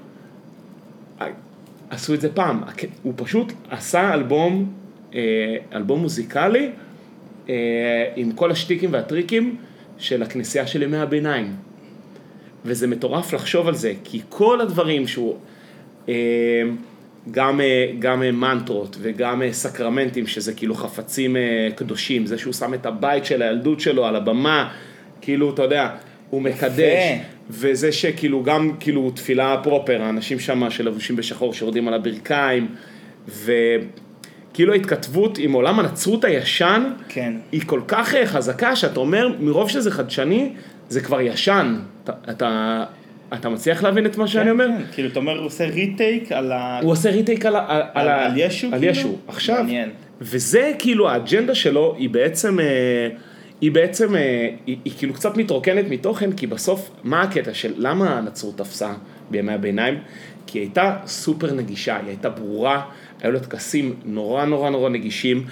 A: אה, עשו את זה פעם, הוא פשוט עשה אלבום, אה, אלבום מוזיקלי אה, עם כל השטיקים והטריקים של הכנסייה של ימי הביניים. וזה מטורף לחשוב על זה, כי כל הדברים שהוא, אה, גם, אה, גם אה, מנטרות וגם אה, סקרמנטים, שזה כאילו חפצים אה, קדושים, זה שהוא שם את הבית של הילדות שלו על הבמה, כאילו, אתה יודע, הוא מקדש, וזה שכאילו גם כאילו תפילה פרופר, האנשים שם שלבושים בשחור שיורדים על הברכיים, וכאילו ההתכתבות עם עולם הנצרות הישן,
B: כן.
A: היא כל כך אה, חזקה, שאתה אומר, מרוב שזה חדשני, זה כבר ישן. אתה, אתה, אתה מצליח להבין את מה שאני
B: כן,
A: אומר?
B: כן. כאילו, אתה אומר, הוא עושה ריטייק על ה...
A: הוא עושה ריטייק על, ה- על,
B: על-
A: ה-
B: על ישו,
A: על
B: כאילו?
A: ישו. עכשיו,
B: מעניין.
A: וזה כאילו האג'נדה שלו היא בעצם, אה, היא בעצם, אה, היא, היא כאילו קצת מתרוקנת מתוכן, כי בסוף, מה הקטע של למה הנצרות תפסה בימי הביניים? כי היא הייתה סופר נגישה, היא הייתה ברורה, היו לה טקסים נורא נורא נורא נגישים.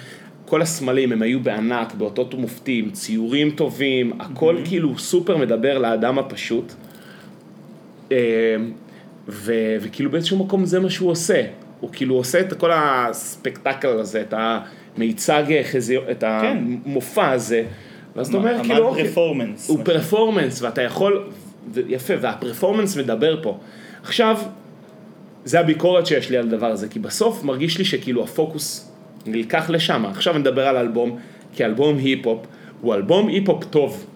A: כל הסמלים הם היו בענק, באותות ומופתים, ציורים טובים, הכל
B: Mm-hmm.
A: כאילו סופר מדבר לאדם הפשוט. אה, ו, וכאילו באיזשהו מקום זה מה שהוא עושה. הוא כאילו עושה את כל הספקטקל הזה, את המיצג חזיו, את
B: כן.
A: המופע הזה. ואז אתה אומר,
B: עמד
A: כאילו, אוקיי,
B: פרפורמנס.
A: הוא פרפורמנס, ואתה יכול, ו- יפה, והפרפורמנס מדבר פה. עכשיו, זה הביקורת שיש לי על הדבר הזה, כי בסוף מרגיש לי שכאילו הפוקוס נלקח לשם. עכשיו אני מדבר על אלבום, כי אלבום היפ-הופ הוא אלבום היפ-הופ טוב.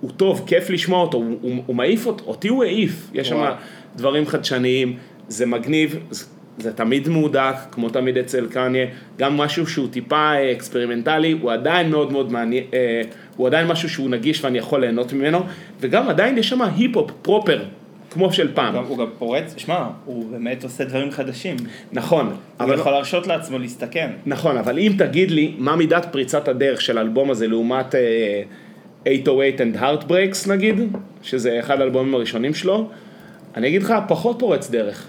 A: הוא טוב, כיף לשמוע אותו, הוא, הוא, הוא מעיף אותי, אותי הוא העיף. יש שם
B: וואו.
A: דברים חדשניים, זה מגניב, זה, זה תמיד מהודק, כמו תמיד אצל קניה, גם משהו שהוא טיפה אה, אקספרימנטלי, הוא עדיין מאוד מאוד מעניין, אה, הוא עדיין משהו שהוא נגיש ואני יכול ליהנות ממנו, וגם עדיין יש שם היפ-הופ פרופר, כמו של פעם.
B: גם- הוא גם פורץ, שמע, הוא באמת עושה דברים חדשים.
A: נכון,
B: הוא
A: אבל
B: יכול להרשות לעצמו להסתכן.
A: נכון, אבל אם תגיד לי מה מידת פריצת הדרך של האלבום הזה לעומת אה, 808 and Heartbreaks נגיד, שזה אחד האלבומים הראשונים שלו, אני אגיד לך, פחות פורץ דרך.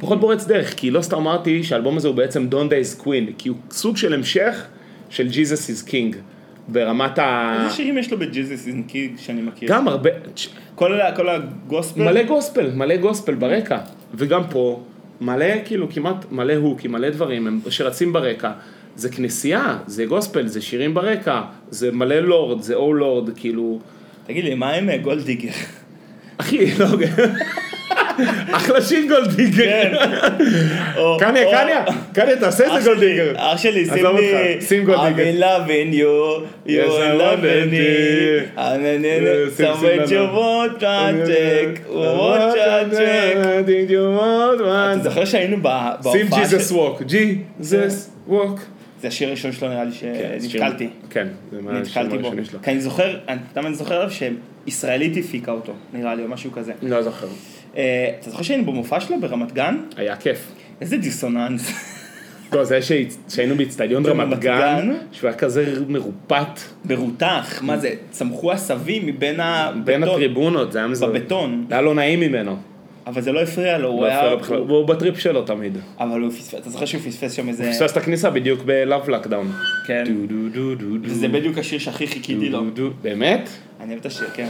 A: פחות פורץ דרך, כי לא סתם אמרתי שהאלבום הזה הוא בעצם Don't Days Queen, כי הוא סוג של המשך של Jesus is King, ברמת ה...
B: איזה שירים יש לו בג'יזוס אין קיג שאני מכיר?
A: גם הרבה,
B: כל ה- כל הגוספל?
A: מלא גוספל, מלא
B: כן.
A: גוספל ברקע, וגם פה, מלא, כאילו, כמעט מלא הוקים, מלא דברים הם- שרצים ברקע. זה כנסייה, זה גוספל, זה שירים ברקע, זה מלא לורד, זה או לורד, כאילו...
B: תגיד לי, מה עם אה, גולדיגר?
A: אחי, לא... אחלה שיר גולדיגר.
B: כן. או-
A: קניה,
B: או-
A: קניה, קניה, תעשה את
B: אח
A: זה גולדיגר.
B: שלי, אח שלי, שים
A: עזוב
B: לי,
A: אותך, שים גולדיגר.
B: I'm in love in you,
A: Yes,
B: you're
A: I
B: in love in
A: want
B: me,
A: it.
B: I'm in it,
A: Yes, שים,
B: so
A: שים
B: what you
A: לנו.
B: want to take, what you take.
A: Did you want one?
B: אה, אתה זוכר שהיינו ב- בהופעה,
A: שים ג'יזוס
B: של- כן.
A: ווק, ג'יזוס ווק.
B: זה השיר הראשון שלו נראה לי שנתקלתי,
A: כן, זה מה
B: אה, נתקלתי בו,
A: הראשונים שלו.
B: כי אני זוכר, אני- למה אני זוכר עליו שישראלית הפיקה אותו, נראה לי, או משהו כזה.
A: לא זוכר.
B: אה, אתה זוכר שהיינו במופע שלו ברמת גן?
A: היה כיף.
B: איזה דיסוננס.
A: לא, זה שהי- שהיינו באיצטדיון רמת
B: ברמת
A: גן,
B: גן.
A: שהוא היה כזה מרופט
B: מרותח, מה זה, צמחו עשבים מבין
A: בין
B: הבטון,
A: הטריבונות, זה היה מזל.
B: בבטון,
A: זה היה לא נעים ממנו.
B: אבל זה לא הפריע לו, הוא
A: לא הפריע
B: היה, אוקיי.
A: לו בכלל. הוא בטריפ שלו תמיד.
B: אבל הוא פספס, אתה זוכר שהוא פספס שם איזה,
A: פספס את הכניסה בדיוק ב-Love Lockdown.
B: כן,
A: דו דו דו דו דו.
B: זה בדיוק השיר שהכי חיכיתי לו,
A: דו דו דו. באמת?
B: אני אוהב את השיר, כן,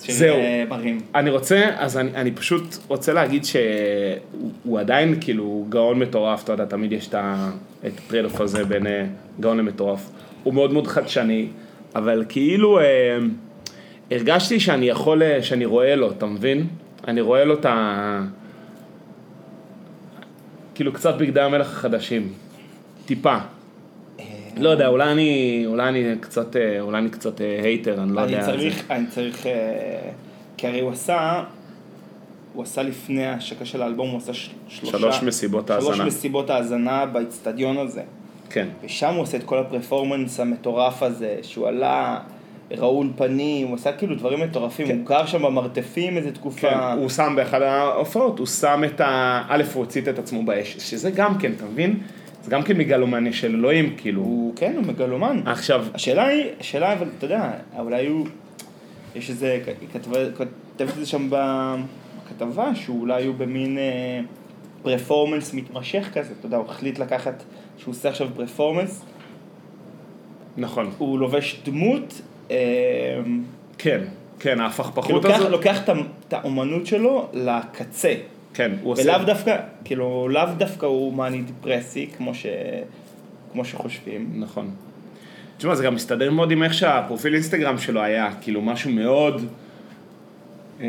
B: שיר
A: Mm. זהו.
B: אה, מרים,
A: אני רוצה, אז אני, אני פשוט רוצה להגיד שהוא הוא עדיין כאילו גאון מטורף, אתה יודע, תמיד יש את ה- את הטרילוף הזה בין אה, גאון למטורף. הוא מאוד מאוד חדשני, אבל כאילו אה, הרגשתי שאני יכול, אה, שאני רואה לו, אתה מבין? אני רואה לו את ה... כאילו קצת בגדי המלך החדשים, טיפה. לא יודע, אולי אני, אולי אני קצת, אה, אולי אני קצת אה, הייטר, אני לא
B: אני
A: יודע. זה-
B: צריך, אני צריך, אה, כי הרי הוא עשה, הוא עשה לפני ההשקה של האלבום, הוא עשה של- שלושה,
A: שלוש מסיבות
B: שלוש
A: האזנה.
B: מסיבות האזנה באיצטדיון הזה,
A: כן.
B: ושם הוא עושה את כל הפרפורמנס המטורף הזה, שהוא עלה רעול פנים, הוא עשה כאילו דברים מטורפים, הוא קר שם במרתפים איזה תקופה.
A: כן, הוא שם באחד ההופעות, הוא שם את ה... א', הוא הצית את עצמו באש, שזה גם כן, אתה מבין? זה גם כן מגלומניה של אלוהים, כאילו.
B: הוא כן, הוא מגלומן.
A: עכשיו,
B: השאלה היא, השאלה אבל אתה יודע, אולי הוא, יש איזה, כ- כתבה- כותבת את זה שם ב- בכתבה, שאולי הוא במין אה, פרפורמנס מתמשך כזה, אתה יודע, הוא החליט לקחת, שהוא עושה עכשיו פרפורמנס,
A: נכון.
B: הוא לובש דמות, אה,
A: כן, כן, ההפכפכות
B: לוקח,
A: הזאת.
B: לוקח את ה- את האומנות שלו לקצה.
A: כן, הוא עושה.
B: ולאו דווקא, כאילו, לאו דווקא הוא מאני דיפרסי, כמו, ש... כמו שחושבים.
A: נכון. תשמע, זה גם מסתדר מאוד עם איך שהפרופיל אינסטגרם שלו היה, כאילו משהו מאוד... אה,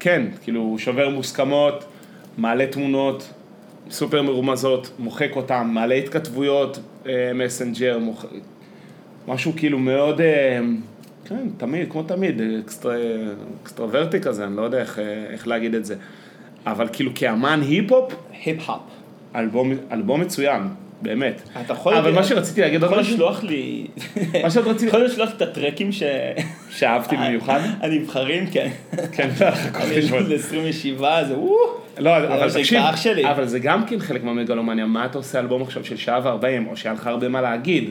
A: כן, כאילו הוא שובר מוסכמות, מעלה תמונות סופר מרומזות, מוחק אותן, מעלה התכתבויות, אה, מסנג'ר, מוח... משהו כאילו מאוד, אה, כן, תמיד, כמו תמיד, אקסטר... אקסטרוורטי כזה, אני לא יודע איך, אה, איך להגיד את זה. אבל כאילו כאמן היפ-הופ,
B: היפ-הופ.
A: אלבום, אלבום מצוין, באמת.
B: אתה יכול...
A: אבל מה שרציתי להגיד
B: אתה
A: עוד
B: יכול
A: משהו,
B: לשלוח לי...
A: מה שאת רצית-
B: אתה יכול לשלוח את הטרקים ש...
A: שאהבתי במיוחד.
B: אה, הנבחרים, כן.
A: כן,
B: אני איזה 27, זה וואו.
A: לא, אבל
B: זה
A: תקשיב,
B: אח שלי.
A: אבל זה גם כן חלק מהמגלומניה, מה אתה עושה אלבום עכשיו של שעה וארבעים, או שהיה לך הרבה מה להגיד,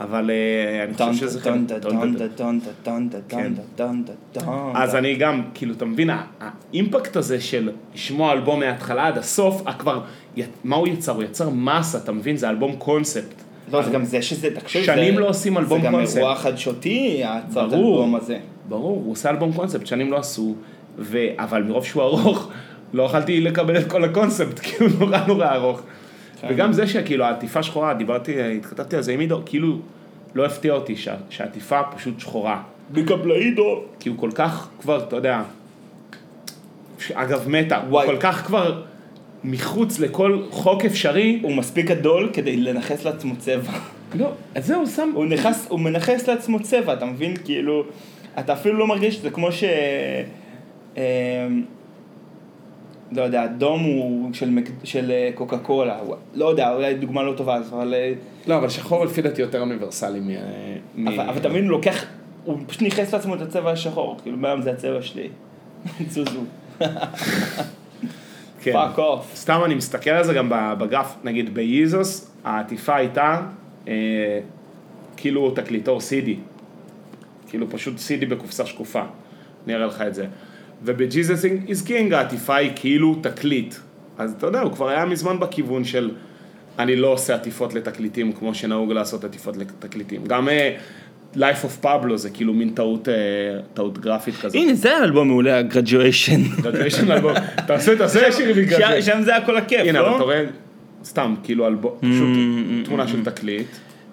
A: אבל אה, אני חושב שזה חלק... כן. אז אני גם, כאילו, אתה מבין, ה- האימפקט הזה של לשמוע אלבום מההתחלה עד הסוף, ה- כבר, י- מה הוא יצר? הוא יצר מסה, אתה מבין? זה אלבום קונספט.
B: לא, זה גם זה שזה, תקשיב, זה-
A: שנים לא עושים אלבום
B: זה
A: קונספט.
B: גם אירוע חדשותי, הצעת
A: ברור.
B: האלבום הזה.
A: ברור, הוא עושה אלבום קונספט, שנים לא עשו, ו... אבל מרוב שהוא ארוך, לא יכולתי לקבל את כל הקונספט, כי הוא נורא נורא ארוך.
B: כן.
A: וגם זה שכאילו העטיפה שחורה, דיברתי, התכתבתי על זה עם עידו, כאילו לא הפתיע אותי שה- שהעטיפה פשוט שחורה.
B: בקפלאידו.
A: כי הוא כל כך כבר, אתה יודע, ש- אגב מתה, הוא
B: וואי.
A: כל כך כבר מחוץ לכל חוק אפשרי,
B: הוא מספיק גדול כדי לנכס לעצמו צבע.
A: לא, אז זהו, שם,
B: הוא נכנס, הוא מנכס לעצמו צבע, אתה מבין? כאילו, אתה אפילו לא מרגיש שזה כמו ש... אמ, לא יודע, אדום הוא של, מק... של אה, קוקה קולה, הוא- לא יודע, אולי דוגמה לא טובה, אז, אבל... אה,
A: לא, אבל שחור לפי דעתי יותר אוניברסלי מ... מ-
B: אבל, אבל אתה מבין, הוא לוקח, הוא פשוט נכנס לעצמו את הצבע השחור, כאילו, מה זה הצבע שלי? זוזו,
A: כן.
B: פאק אוף.
A: סתם אני מסתכל על זה גם בגרף, נגיד באיזוס, העטיפה הייתה אה, כאילו תקליטור CD, כאילו פשוט CD בקופסה שקופה, אני אראה לך את זה. ובג'יזוס איז קינג העטיפה היא כאילו תקליט, אז אתה יודע, הוא כבר היה מזמן בכיוון של אני לא עושה עטיפות לתקליטים כמו שנהוג לעשות עטיפות לתקליטים. גם אה, Life of Pablo זה כאילו מין טעות, אה, טעות גרפית כזאת.
B: זה אלבום מעולה, ה-graduation.
A: Graduation album. תעשה, תעשה שיר מגרש.
B: שם זה הכל הכיף,
A: הנה, אבל אתה
B: לא? Mm,
A: רואה, סתם, כאילו, אלבום, פשוט תמונה של תקליט.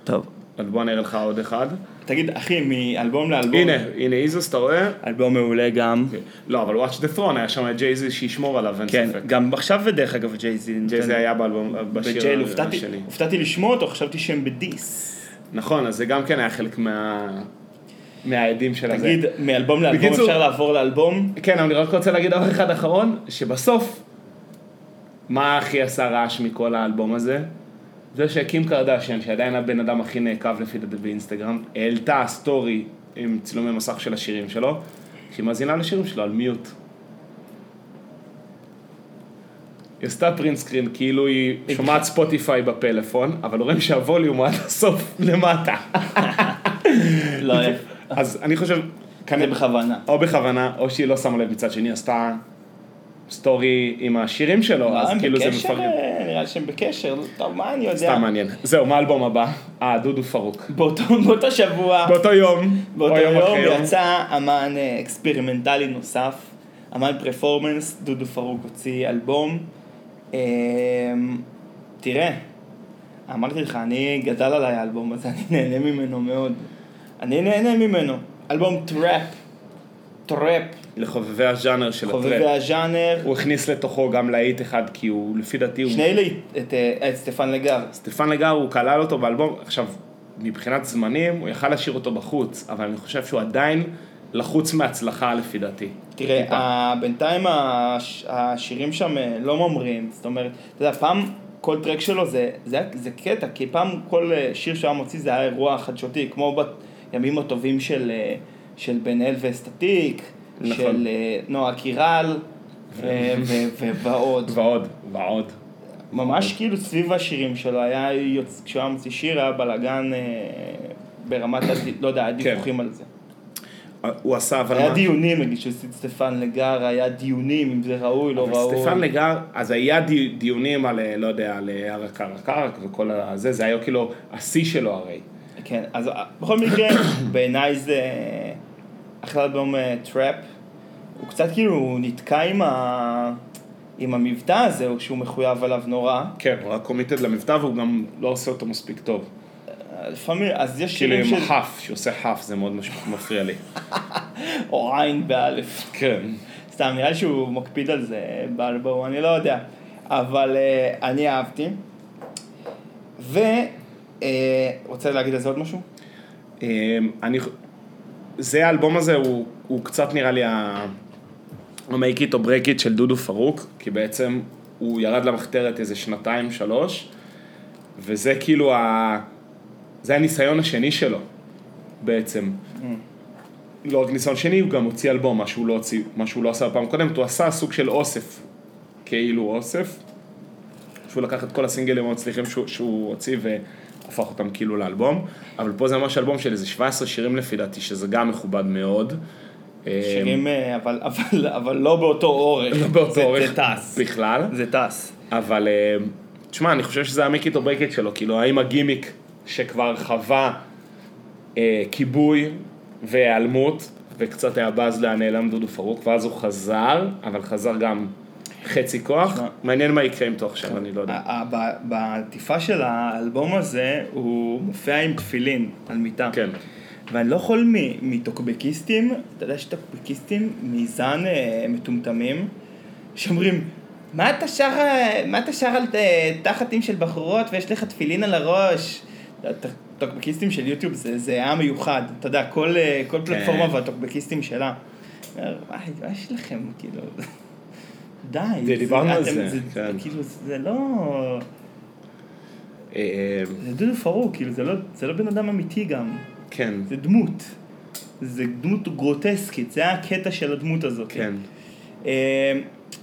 B: טוב.
A: אז בוא אני אראה לך עוד אחד.
B: תגיד, אחי, מאלבום לאלבום.
A: הנה, הנה איזוס, אתה רואה?
B: אלבום מעולה גם.
A: לא, אבל Watch the Throne, היה שם את ג'ייזי שישמור עליו, אין
B: כן,
A: ספק.
B: גם כן. עכשיו דרך אגב ג'ייזי נותן.
A: ג'ייזי היה באלבום,
B: בג'ייל,
A: בשיר
B: הופתעתי-
A: השני.
B: הופתעתי לשמוע אותו, חשבתי שהם בדיס.
A: נכון, אז זה גם כן היה חלק מה... מהעדים של הזה.
B: תגיד, מאלבום לאלבום
A: בקיצור-
B: אפשר לעבור לאלבום?
A: כן, אבל אני רק רוצה להגיד דבר אחד אחרון, שבסוף, מה הכי עשה רעש מכל האלבום הזה? זה שקים קרדשיאן, שעדיין הבן אדם הכי נעקב לפי דעתי באינסטגרם, העלתה סטורי עם צילומי מסך של השירים שלו, שהיא מאזינה לשירים שלו על מיוט. היא עשתה פרינט סקרין, כאילו היא שומעת ספוטיפיי בפלאפון, אבל רואים שהווליום הוא עד הסוף למטה.
B: לא, יפה.
A: אז אני חושב,
B: זה
A: כנראה...
B: בכוונה.
A: או בכוונה, או שהיא לא שמה לב מצד שני, עשתה סטורי עם השירים שלו, אז
B: הם
A: כאילו זה
B: בקשר?
A: מפרגן.
B: אה, נראה לי שהם בקשר, טוב, מה אני יודע.
A: סתם מעניין. זהו, מה האלבום הבא? אה, דודו פרוק.
B: באותו באותו שבוע,
A: באותו יום,
B: באותו
A: או
B: יום
A: אחרי
B: יצא אמן אה, אקספרימנטלי נוסף, אמן פרפורמנס, דודו פרוק הוציא אלבום. אה, תראה, אמרתי לך, אני גדל עליי האלבום הזה, אני נהנה ממנו מאוד. אני נהנה ממנו. אלבום טראפ, טראפ,
A: לחובבי הז'אנר של
B: חובבי
A: הטראפ.
B: הז'אנר.
A: הוא הכניס לתוכו גם להיט אחד, כי הוא, לפי דעתי, הוא...
B: שני לי, את, אה, את סטפן לגר.
A: סטפן לגר, הוא כלל אותו באלבום. עכשיו, מבחינת זמנים, הוא יכל להשאיר אותו בחוץ, אבל אני חושב שהוא עדיין לחוץ מהצלחה, לפי דעתי.
B: תראה, אה-
A: טיפה.
B: ה- בינתיים הש- השירים שם אה, לא ממריאים, זאת אומרת, אתה יודע, פעם כל טרק שלו זה, זה, היה- זה קטע, כי פעם כל אה, שיר שהוא היה מוציא זה היה אירוע חדשותי, כמו בימים הטובים של, אה, של בן אל וסטטיק,
A: נכון.
B: של אה, נועה קירל, אה, ו- ו- ועוד.
A: ועוד, ועוד.
B: ממש כאילו סביב השירים שלו, היה יוצ... כשהוא היה מוציא שיר היה בלאגן אה, ברמת, הד- לא יודע, היה
A: כן.
B: דיווחים על זה.
A: הוא עשה, אבל
B: היה
A: מה?
B: דיונים, נגיד, של סטפן לגר, היה דיונים אם זה ראוי, לא
A: אבל
B: ראוי.
A: סטפן לגר, אז היה די- דיונים על, אה, לא יודע, על אה, הר הקרקרק וכל הזה, זה היה כאילו השיא שלו הרי.
B: כן, אז אה, בכל מקרה, בעיניי זה אה, אחלה אלבום אה, טראפ. הוא קצת כאילו נתקע עם, ה... עם המבטא הזה, או שהוא מחויב עליו נורא.
A: כן, הוא היה קומיטד למבטא והוא גם לא עושה אותו מספיק טוב.
B: אה, לפעמים, אז יש
A: כאילו
B: שירים
A: עם
B: של...
A: החף, שעושה חף, זה מאוד מש- מפריע לי.
B: או עין באלף.
A: כן.
B: סתם, נראה לי שהוא מקפיד על זה באלבום, אני לא יודע. אבל אה, אני אהבתי. ורוצה אה, להגיד על זה עוד משהו?
A: אמ, אני... ח- זה האלבום הזה, הוא, הוא קצת נראה לי ה... ה-make it או break it של דודו פרוק, כי בעצם הוא ירד למחתרת איזה שנתיים, שלוש, וזה כאילו ה... זה הניסיון השני שלו, בעצם. לא רק ניסיון שני, הוא גם הוציא אלבום, מה שהוא לא הוציא, מה שהוא לא עשה בפעם הקודמת, הוא עשה סוג של אוסף, כאילו אוסף, שהוא לקח את כל הסינגלים המצליחים שהוא, שהוא הוציא והפך אותם כאילו לאלבום, אבל פה זה ממש אלבום של איזה 17 שירים לפי דעתי, שזה גם מכובד מאוד.
B: שירים, אה, אבל, אבל, אבל לא באותו אורך.
A: לא באותו
B: זה-
A: אורך
B: זה טס.
A: בכלל,
B: זה טס.
A: אבל אה, תשמע, אני חושב שזה המיק איט או ברייק איט שלו, כאילו האם הגימיק שכבר חווה אה, כיבוי והיעלמות, וקצת היה בז להנעלם דודו פרוק, ואז הוא חזר, אבל חזר גם חצי כוח,
B: תשמע.
A: מעניין מה יקרה איתו עכשיו, אני לא יודע.
B: ה- ה- ב- בעטיפה של האלבום הזה, הוא מופיע עם תפילין על מיטה.
A: כן.
B: ואני לא יכול מ- מטוקבקיסטים, אתה יודע שטוקבקיסטים מזן אה, מטומטמים, שאומרים, מה אתה שר, אה, מה אתה שר על אה, תחתים של בחורות ויש לך תפילין על הראש? הט- טוקבקיסטים של יוטיוב זה, זה עם מיוחד, אתה יודע, כל, אה,
A: כן.
B: כל פלטפורמה והטוקבקיסטים שלה. אני אומר, וואי, מה יש לכם, כאילו, די. זה-
A: דיברנו על
B: אתם-
A: זה, כן.
B: כאילו, זה לא...
A: אה,
B: זה דודו פרוק, כאילו, זה לא, זה לא בן אדם אמיתי גם.
A: כן,
B: זה דמות. זה דמות גרוטסקית, זה הקטע של הדמות הזאת.
A: כן.
B: אה,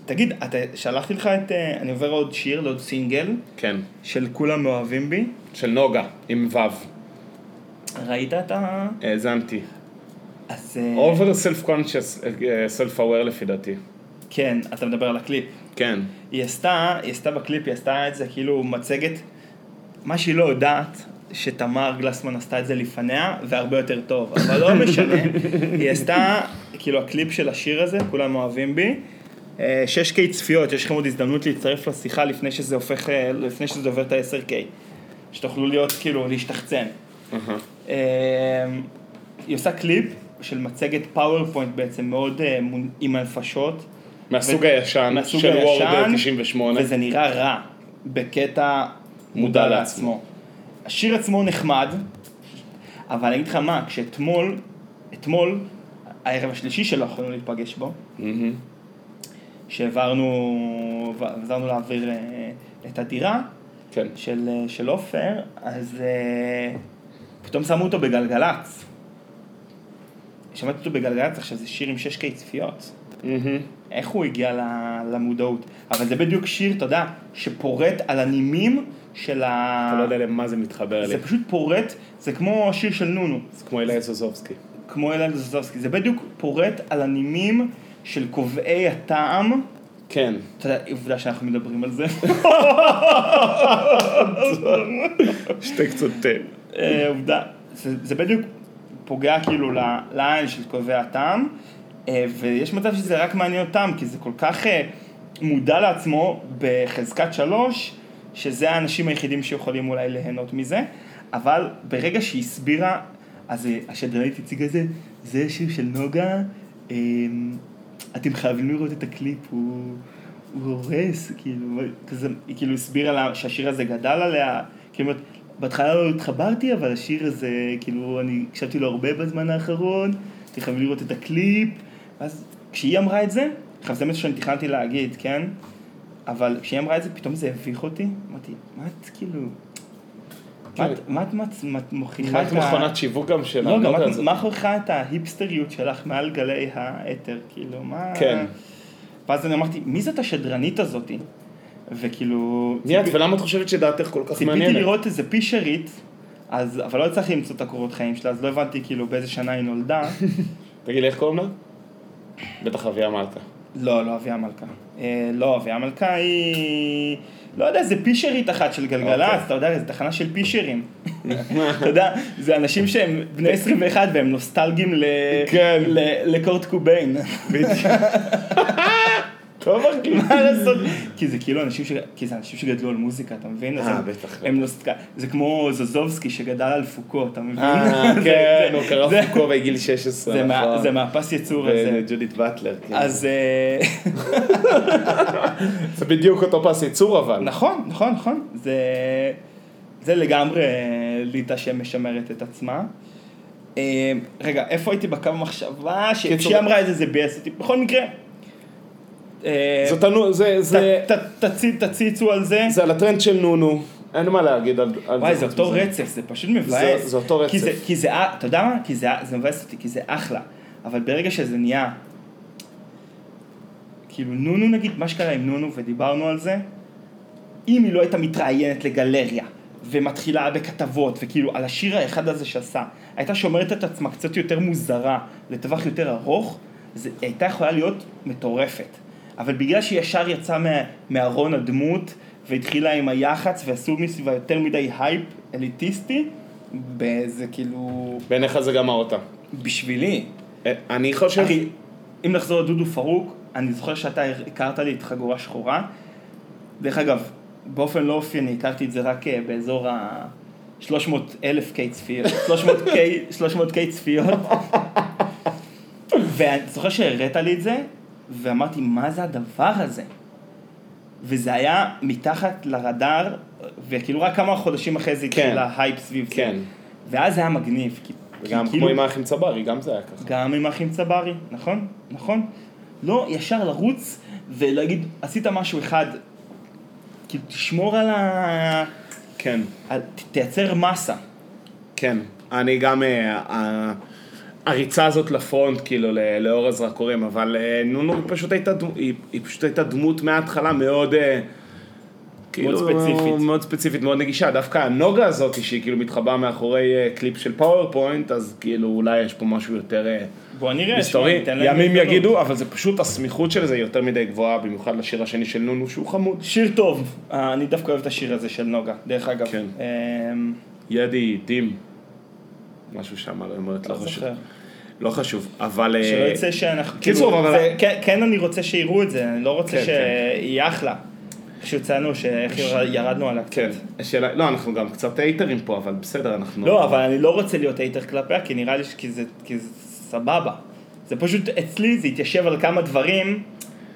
B: תגיד, אתה, שלחתי לך את... אה, אני עובר עוד שיר, לעוד סינגל,
A: כן.
B: של כולם אוהבים בי.
A: של נוגה, עם וו.
B: ראית את ה...
A: האזנתי.
B: אז... אה,
A: Over self conscious, אה, self aware לפי דעתי.
B: כן, אתה מדבר על הקליפ.
A: כן.
B: היא עשתה, היא עשתה בקליפ, היא עשתה את זה כאילו מצגת. מה שהיא לא יודעת, שתמר גלסמן עשתה את זה לפניה, והרבה יותר טוב, אבל לא משנה. היא עשתה, כאילו הקליפ של השיר הזה, כולם אוהבים בי. אה, 6K צפיות, יש לכם עוד הזדמנות להצטרף לשיחה לפני שזה הופך, אה, לפני שזה עובר את ה-10K. שתוכלו להיות, כאילו, להשתחצן. אה, היא עושה קליפ של מצגת פאורפוינט בעצם, מאוד אה, מונ- עם הנפשות.
A: מהסוג
B: ו-
A: הישן,
B: מהסוג
A: של וורד
B: הישן,
A: 98.
B: וזה נראה רע, בקטע מודע לעצמו. השיר עצמו נחמד, אבל אני אגיד לך מה, כשאתמול, אתמול, הערב השלישי שלא יכולנו להיפגש בו,
A: מהמם.
B: שהעברנו, עזרנו להעביר אה, את הדירה
A: כן.
B: של, אה, של עופר, אז אה, פתאום שמו אותו בגלגלצ. שמעתי אותו בגלגלצ, עכשיו זה שיר עם 6K צפיות.
A: מהמם.
B: איך הוא הגיע ל- למודעות? אבל זה בדיוק שיר, אתה יודע, שפורט על הנימים של ה...
A: אתה לא יודע למה זה מתחבר לי.
B: זה פשוט פורט, זה כמו השיר של נונו,
A: זה כמו אלי זוזובסקי.
B: כמו אילן זוזובסקי, זה בדיוק פורט על הנימים של קובעי הטעם.
A: כן.
B: אתה יודע, עובדה שאנחנו מדברים על זה.
A: שתי קצות תה.
B: אה, עובדה, זה, זה בדיוק פוגע כאילו ל- לעין של קובעי הטעם, אה, ויש מצב שזה רק מעניין אותם, כי זה כל כך אה, מודע לעצמו בחזקת שלוש, שזה האנשים היחידים שיכולים אולי ליהנות מזה, אבל ברגע שהיא הסבירה, אז אה, השדרנית הציגה את זה, זה שיר של נוגה, אה, אתם חייבים לראות את הקליפ, הוא... הוא הורס, כאילו, כזה, היא כאילו הסבירה לה שהשיר הזה גדל עליה, כאילו, אומרת, בהתחלה לא התחברתי, אבל השיר הזה, כאילו, אני הקשבתי לו הרבה בזמן האחרון, אתם חייבים לראות את הקליפ, אז כשהיא אמרה את זה, עכשיו זה משהו שאני תכננתי להגיד, כן? אבל כשהיא אמרה את זה, פתאום זה הביך אותי, אמרתי, מה את כאילו, מה את- מה את מצ- כן. מה את מוכיחה
A: כמעט
B: את ה...
A: מכונת שיווק גם של
B: לא, גם
A: הנוגה
B: מה-
A: הזאת.
B: מה מוכיחה את ההיפסטריות שלך מעל גלי האתר, כאילו, מה...
A: כן.
B: ואז אני אמרתי, מי זאת השדרנית הזאתי? וכאילו...
A: מי את ולמה את חושבת שדעתך כל כך
B: ציפיתי
A: מעניינת?
B: לראות איזה פישרית, אז, אבל לא הצלחתי למצוא את הקורות חיים שלה, אז לא הבנתי כאילו באיזה שנה היא נולדה,
A: תגיד לי איך קוראים לה? בטח אביה מלכה.
B: לא, לא אביה מלכה. אה, לא, אביה מלכה היא... לא יודע, זה פישרית אחת של גלגלצ,
A: אוקיי.
B: אתה יודע, זו תחנה של פישרים. אתה יודע, זה אנשים שהם בני 21 והם נוסטלגיים ל...
A: כן.
B: ל- לקורט קוביין.
A: טוב אחי.
B: מה לעשות? כי זה כאילו אנשים ש... כי זה אנשים שגדלו על מוזיקה, אתה מבין? אז
A: אה,
B: הם-
A: בטח.
B: הם נוסט... זה כמו זוזובסקי שגדל על פוקו, אתה מבין?
A: אה,
B: זה-
A: כן,
B: זה-
A: הוא קרא
B: זה-
A: פוקו בגיל 16.
B: זה מה-
A: נכון.
B: זה מהפס ייצור הזה.
A: וג'ודית באטלר. כן.
B: אז אה,
A: זה בדיוק אותו פס ייצור אבל.
B: נכון, נכון, נכון. זה, זה לגמרי אה, ליטא שמשמרת את עצמה. אה, רגע, איפה הייתי בקו המחשבה? ש-
A: קיצור-
B: כשהיא אמרה את זה, זה ביאס אותי. בכל מקרה, אה,
A: זה תנו- זה- זה-
B: ת- ת- תצי- תציצו על זה.
A: זה על הטרנד של נונו. אין מה להגיד על על
B: וואי, זה אותו
A: חוץ מזה.
B: רצף, זה פשוט מבאס.
A: זה- זה אותו
B: כי
A: רצף.
B: זה- כי זה, אה, אתה יודע מה? כי זה אה, זה מבאס אותי, כי זה אחלה. אבל ברגע שזה נהיה, כאילו נונו נגיד, מה שקרה עם נונו, ודיברנו על זה, אם היא לא הייתה מתראיינת לגלריה, ומתחילה בכתבות, וכאילו על השיר האחד הזה שעשה, הייתה שומרת את עצמה קצת יותר מוזרה, לטווח יותר ארוך, אז היא הייתה יכולה להיות מטורפת. אבל בגלל שהיא ישר יצאה מה, מארון הדמות, והתחילה עם היח"צ, ועשו מסביבה יותר מדי הייפ אליטיסטי, זה כאילו...
A: בעיניך זה גמר אותה.
B: בשבילי.
A: אה, אני חושב...
B: אחי, אם נחזור לדודו פרוק, אני זוכר שאתה הכרת לי את חגורה שחורה. דרך אגב, באופן לא אופייני, הכרתי את זה רק אה, באזור ה... 300 אלף קיי צפיות, 300 קיי 300 קיי צפיות. ואני זוכר שהראית לי את זה, ואמרתי, מה זה הדבר הזה? וזה היה מתחת לרדאר, וכאילו רק כמה חודשים אחרי זה
A: כן.
B: התחילה הייפ סביב זה.
A: כן.
B: ואז זה היה מגניב. כי-
A: גם כמו
B: כי כאילו-
A: עם האחים צברי, גם זה היה ככה.
B: כן. גם עם האחים צברי, נכון? נכון? לא ישר לרוץ ולהגיד, עשית משהו אחד, כאילו תשמור על ה...
A: כן.
B: על... ת- תייצר מסה.
A: כן, אני גם, אה, ה- הריצה הזאת לפרונט, כאילו, ל- לאור הזרקורים, אבל אה, נונו היא פשוט הייתה, דמו- היא, היא פשוט הייתה דמות מההתחלה מאוד... אה, כאילו,
B: ספציפית.
A: מאוד ספציפית, מאוד נגישה. דווקא הנוגה הזאת, שהיא כאילו מתחבאה מאחורי אה, קליפ של פאורפוינט, אז כאילו אולי יש פה משהו יותר אה,
B: בוא נראה,
A: מסתורי.
B: ניתן להם
A: ימים
B: הזדמנות.
A: יגידו, אבל זה פשוט, הסמיכות של זה היא יותר מדי גבוהה, במיוחד לשיר השני של נונו, שהוא חמוד.
B: שיר טוב, אה, אני דווקא אוהב את השיר הזה של נוגה, דרך אגב.
A: כן.
B: אמ,
A: ידי, דים. משהו שם, לא אומרת, לא
B: לא
A: חשוב.
B: זוכר.
A: לא חשוב, אבל... אה,
B: שלא יצא שאנחנו...
A: קיצור,
B: כאילו,
A: אבל-
B: זה- כן- כן אני רוצה שיראו את זה, אני לא רוצה
A: כן,
B: שיהיה אחלה. שיצאנו, שאיך ירדנו עליה
A: כן,
B: קצת.
A: השאלה, לא, אנחנו גם קצת הייטרים פה, אבל בסדר, אנחנו...
B: לא, אבל אני לא רוצה להיות הייטר כלפיה, כי נראה לי ש- כי זה, כי זה סבבה. זה פשוט, אצלי זה התיישב על כמה דברים,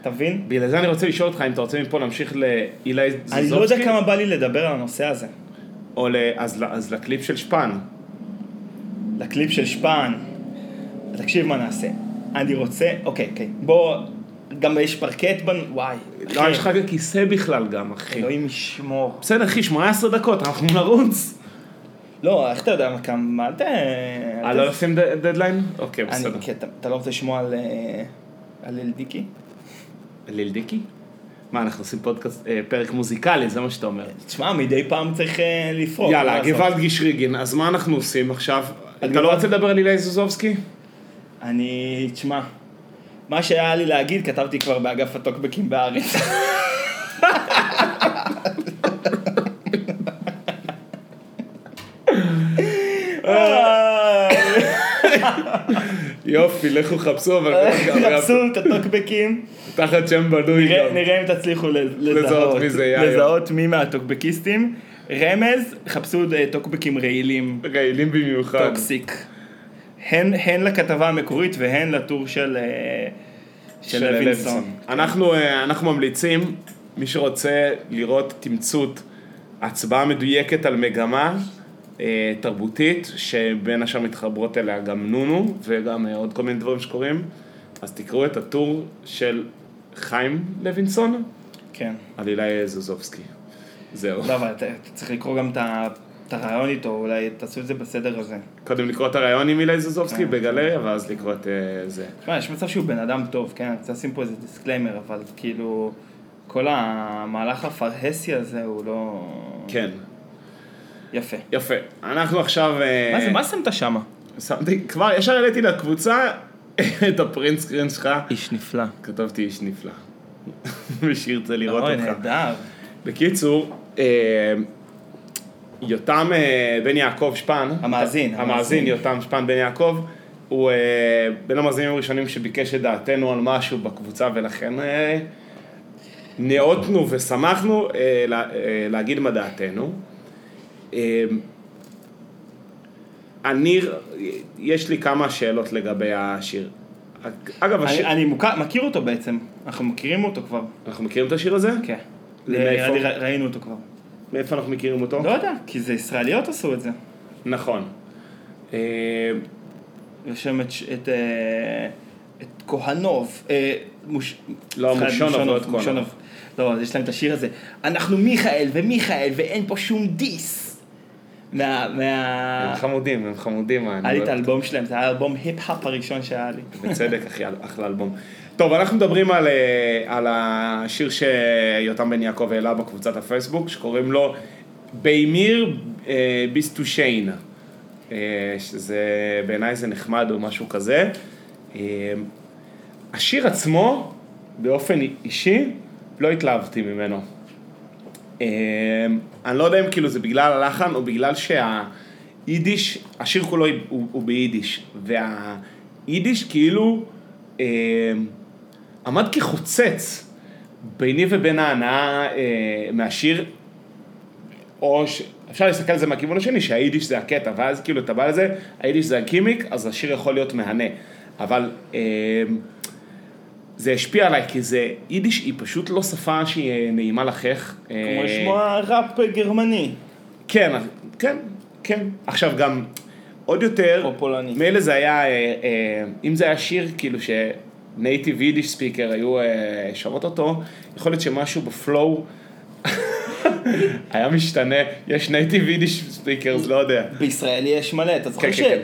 B: אתה מבין?
A: בגלל זה אני רוצה לשאול אותך אם אתה רוצה מפה להמשיך לאילי זוזובסקי,
B: אני לא יודע כמה בא לי לדבר על הנושא הזה.
A: או ל... אז, ל- אז לקליפ של שפן.
B: לקליפ של שפן, תקשיב מה נעשה. אני רוצה, אוקיי, אוקיי, בוא, גם יש פרקט בנ... וואי,
A: לא, יש לך כיסא בכלל גם, אחי.
B: אלוהים ישמור.
A: בסדר, אחי, 18 דקות, אנחנו נרוץ.
B: לא, איך אתה יודע מה כמה, מה, אל ת... אל
A: אה, לא
B: ת-
A: לשים ד- דדליין? אוקיי,
B: אני-
A: בסדר.
B: כן, אתה- אתה לא רוצה לשמוע על... אה, על אלדיקי?
A: ליל דיקי? מה, אנחנו עושים פודקאסט, אה, פרק מוזיקלי, זה מה שאתה אומר.
B: תשמע, מדי פעם צריך אה, לפרוק. מה
A: יאללה,
B: לעשות?
A: גוואלד גישריגין, אז מה אנחנו עושים עכשיו? אתה
B: גוואלד-
A: לא רוצה לדבר על אילי זוזובסקי?
B: אני, תשמע, מה שהיה לי להגיד כתבתי כבר באגף הטוקבקים בארץ.
A: אה, יופי, לכו חפשו, אבל...
B: חפשו אה,
A: אה,
B: את הטוקבקים,
A: תחת שם בנוי
B: נראה-
A: גם.
B: נראה אם תצליחו לז-
A: לזהות מי זה יאיר.
B: לזהות מי מהטוקבקיסטים. רמז, חפשו אה, טוקבקים רעילים,
A: רעילים במיוחד.
B: טוקסיק. הן הן לכתבה המקורית והן לטור של אה, של כן. לוינסון.
A: אנחנו, אה, אנחנו ממליצים, מי שרוצה לראות תמצות, הצבעה מדויקת על מגמה אה, תרבותית, שבין השאר מתחברות אליה גם נונו, וגם אה, עוד כל מיני דברים שקורים, אז תקראו את הטור של חיים לוינסון
B: כן.
A: על אילי זוזובסקי. זהו.
B: לא, אבל אתה אתה צריך לקרוא גם את ה- את הרעיון איתו, אולי תעשו את זה בסדר הזה.
A: קודם לקרוא את הראיון עם אילי זוזובסקי
B: כן.
A: בגלריה, ואז לקרוא את אה, זה.
B: תשמע, יש מצב שהוא בן אדם טוב, כן? אני רוצה לשים פה איזה דיסקליימר, אבל כאילו, כל המהלך הפרהסי הזה הוא לא...
A: כן.
B: יפה.
A: יפה. אנחנו עכשיו... אה,
B: מה זה, מה שמת שמה?
A: שמתי, כבר ישר העליתי לקבוצה את הפרינט סקרין שלך,
C: איש נפלא.
A: כתבתי איש נפלא. מי שירצה לראות
C: אוי,
A: אותך.
C: נהדר.
A: בקיצור, אה, יותם אה, בן יעקב שפן,
B: המאזין,
A: המאזין
B: המאזין.
A: יותם שפן בן יעקב, הוא אה, בין המאזינים הראשונים שביקש את דעתנו על משהו בקבוצה ולכן אה, ניאותנו ושמחנו אה, לה, אה, להגיד מה דעתנו. אה, אני, יש לי כמה שאלות לגבי השיר. אגב, השיר,
B: אני, אני מוכר, מכיר אותו בעצם, אנחנו מכירים אותו כבר.
A: אנחנו מכירים את השיר הזה?
B: כן.
A: זה
B: נראה
A: מאיפה?
B: לי ר- ראינו אותו כבר.
A: מאיפה אנחנו מכירים אותו?
B: לא יודע, כי זה ישראליות עשו את זה.
A: נכון. אה,
B: רשם את, ש- את, אה, את כהנוב. אה, מוש...
A: לא,
B: סליחה,
A: מושונוב, לא את כהנוב.
B: לא, אז יש להם את השיר הזה. אנחנו מיכאל ומיכאל ואין פה שום דיס. מה... מה...
A: הם חמודים, הם חמודים. אני לא-
B: היה לי את
A: אוהב
B: האלבום שלהם, זה היה האלבום היפ-הפ הראשון שהיה לי.
A: אותם. בצדק, אחי, אחלה אלבום. טוב, אנחנו מדברים על, אה, על השיר שיותם בן יעקב העלה בקבוצת הפייסבוק, שקוראים לו בימיר אה, ביסטושיין. אה, שזה, בעיניי זה נחמד או משהו כזה. אה, השיר עצמו, באופן אישי, לא התלהבתי ממנו. אמ, אני לא יודע אם כאילו זה בגלל הלחן או בגלל שהיידיש, השיר כולו היא- הוא, הוא ביידיש, והיידיש כאילו אמ, עמד כחוצץ ביני ובין ההנאה אה, מהשיר, או ש... אפשר להסתכל על זה מהכיוון השני, שהיידיש זה הקטע, ואז כאילו אתה בא לזה, היידיש זה הגימיק, אז השיר יכול להיות מהנה, אבל... אמ, זה השפיע עליי, כי זה, יידיש היא פשוט לא שפה שהיא נעימה לחך. אה,
B: כמו לשמוע ראפ גרמני.
A: כן, כן, כן. עכשיו גם, עוד יותר,
B: או פולני.
A: מילא זה היה, אה, אה, אם זה היה שיר כאילו שנייטיב יידיש ספיקר היו אה, שרות אותו, יכול להיות שמשהו בפלואו היה משתנה, יש נייטיב יידיש ספיקרס, לא יודע.
B: בישראל יש מלא, אתה זוכר
A: כן,
B: ש...
A: כן,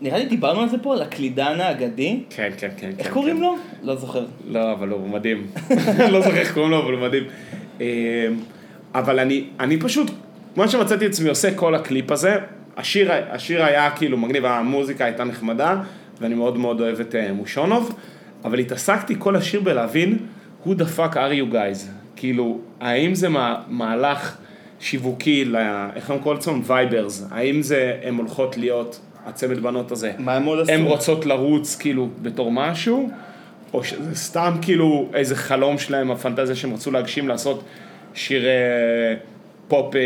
B: נראה לי דיברנו על זה פה, על הקלידן האגדי.
A: כן, כן, כן.
B: איך
A: כן,
B: קוראים
A: כן.
B: לו? לא זוכר.
A: לא, אבל הוא מדהים. לא זוכר איך קוראים לו, אבל הוא מדהים. אמ, אבל אני, אני פשוט, מה שמצאתי את עצמי עושה כל הקליפ הזה, השיר, השיר היה כאילו מגניב, המוזיקה הייתה נחמדה, ואני מאוד מאוד אוהב את אה, מושונוב, אבל התעסקתי כל השיר בלהבין, who the fuck are you guys? כאילו, האם זה מה, מהלך שיווקי, ל- איך הם קוראים לזה? וייברס, האם זה, הן הולכות להיות, הצמד בנות הזה,
B: מה הם עוד עשו?
A: הן רוצות לרוץ כאילו בתור משהו, או שזה סתם כאילו איזה חלום שלהם, הפנטזיה שהם רצו להגשים, לעשות שיר אה, פופ אה, אה,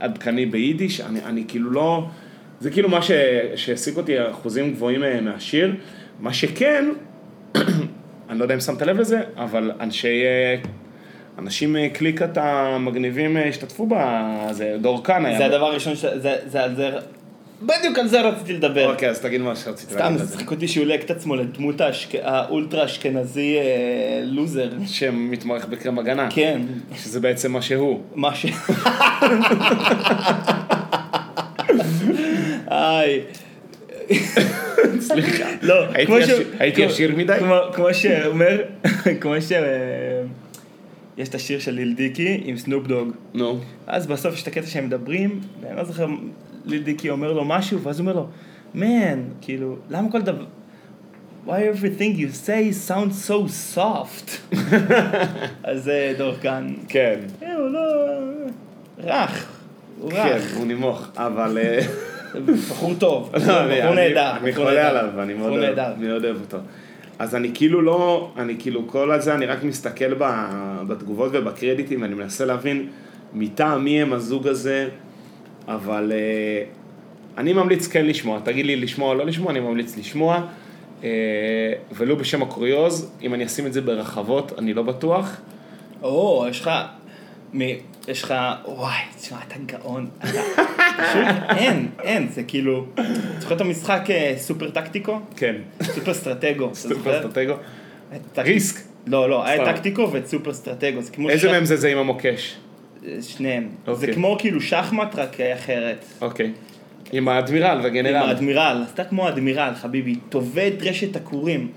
A: עדכני ביידיש, אני, אני כאילו לא, זה כאילו מה ש- שהעסיק אותי אחוזים גבוהים אה, מהשיר, מה שכן, אני לא יודע אם שמת לב לזה, אבל אנשי, אה, אנשים אה, קליקת המגניבים אה, השתתפו בזה, דורקן היה.
B: זה הדבר הראשון ש... זה זה על זה... בדיוק על זה רציתי לדבר.
A: אוקיי, אז תגיד מה שרצית
B: סתם,
A: להגיד על
B: זה
A: זה.
B: צחיק אותי שהוא לק את עצמו לדמות האשכ- האולטרה אשכנזי אה, לוזר.
A: שמתמרך בקרם הגנה.
B: כן,
A: שזה בעצם מה שהוא.
B: מה ש... היי.
A: סליחה.
B: לא,
A: הייתי
B: כמו ש-
A: עשיר- הייתי
B: כמו-
A: עשיר מדי?
B: כמו- כמו שאומר, כמו ש... אה, יש את השיר של ליל דיקי עם סנופ דוג.
A: נו.
B: אז בסוף יש את הקטע שהם מדברים, ואני לא זוכר, ליל דיקי אומר לו משהו, ואז הוא אומר לו, man, כאילו, למה כל דבר... Why everything you say sounds so soft? אז זה דורקן.
A: כן.
B: אה, הוא לא... רך, הוא
A: כן,
B: רך.
A: הוא נימוך, אבל... אה,
B: בחור טוב,
A: לא,
B: בחור
A: אני-
B: בחור
A: אני-
B: נהדר.
A: אני
B: בחור
A: חולה
B: נהדר.
A: עליו, אני מאוד
B: בחור
A: אוהב-
B: נהדר.
A: אני מאוד אוהב אותו. אז אני כאילו לא, אני כאילו כל הזה, אני רק מסתכל ב- בתגובות ובקרדיטים, ואני מנסה להבין מטעם מי הם הזוג הזה, אבל אה, אני ממליץ כן לשמוע, תגיד לי לשמוע או לא לשמוע, אני ממליץ לשמוע, אה, ולו בשם הקוריוז, אם אני אשים את זה ברחבות, אני לא בטוח.
B: או, יש לך... מ... יש לך... וואי, תשמע, אתה גאון. אתה- פשוט אין, אין, זה כאילו... זוכר את המשחק אה, סופר טקטיקו?
A: כן,
B: סופר סטרטגו. אתה
A: סופר
B: זוכר?
A: אסטרטגו.
B: היה טק-
A: ריסק.
B: לא, לא, היה
A: סתם.
B: טקטיקו ואת סופר סטרטגו. זה כמו...
A: איזה
B: שח-
A: מהם זה זה עם המוקש?
B: אה, שניהם. זה
A: אוקיי.
B: כמו כאילו שחמט, רק אה, אחרת.
A: אוקיי. עם האדמירל
B: עם
A: והגנרל.
B: האדמירל. אז אתה כמו האדמירל, חביבי. תובע את רשת הכורים.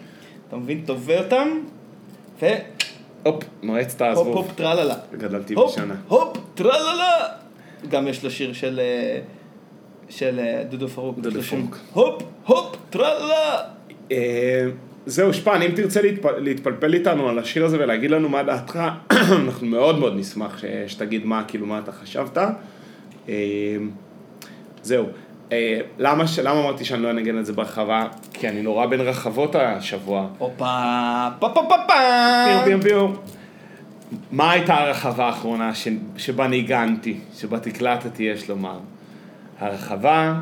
B: אתה מבין? תובע אותם, ו...
A: הופ, נועץ את
B: הופ
A: הזבוב.
B: הופ טרללה.
A: גדלתי
B: הופ,
A: בשנה.
B: הופ, טרללה. גם יש לו שיר של אה, של אה, דודו פרוק.
A: דודו
B: יש לו שיר,
A: פרוק.
B: הופ, הופ, טרללה.
A: אה, זהו, שפן, אם תרצה להתפ- להתפלפל איתנו על השיר הזה ולהגיד לנו מה דעתך, אנחנו מאוד מאוד נשמח ש... שתגיד מה, כאילו, מה אתה חשבת. אה, זהו. אה, למה, ש... למה אמרתי שאני לא אנגן את זה ברחבה? כי אני נורא בין רחבות השבוע.
B: הופה, פה פה פה פה.
A: פיו פיו פיו. מה הייתה הרחבה האחרונה ש... שבה ניגנתי, שבה תקלטתי, יש לומר? הרחבה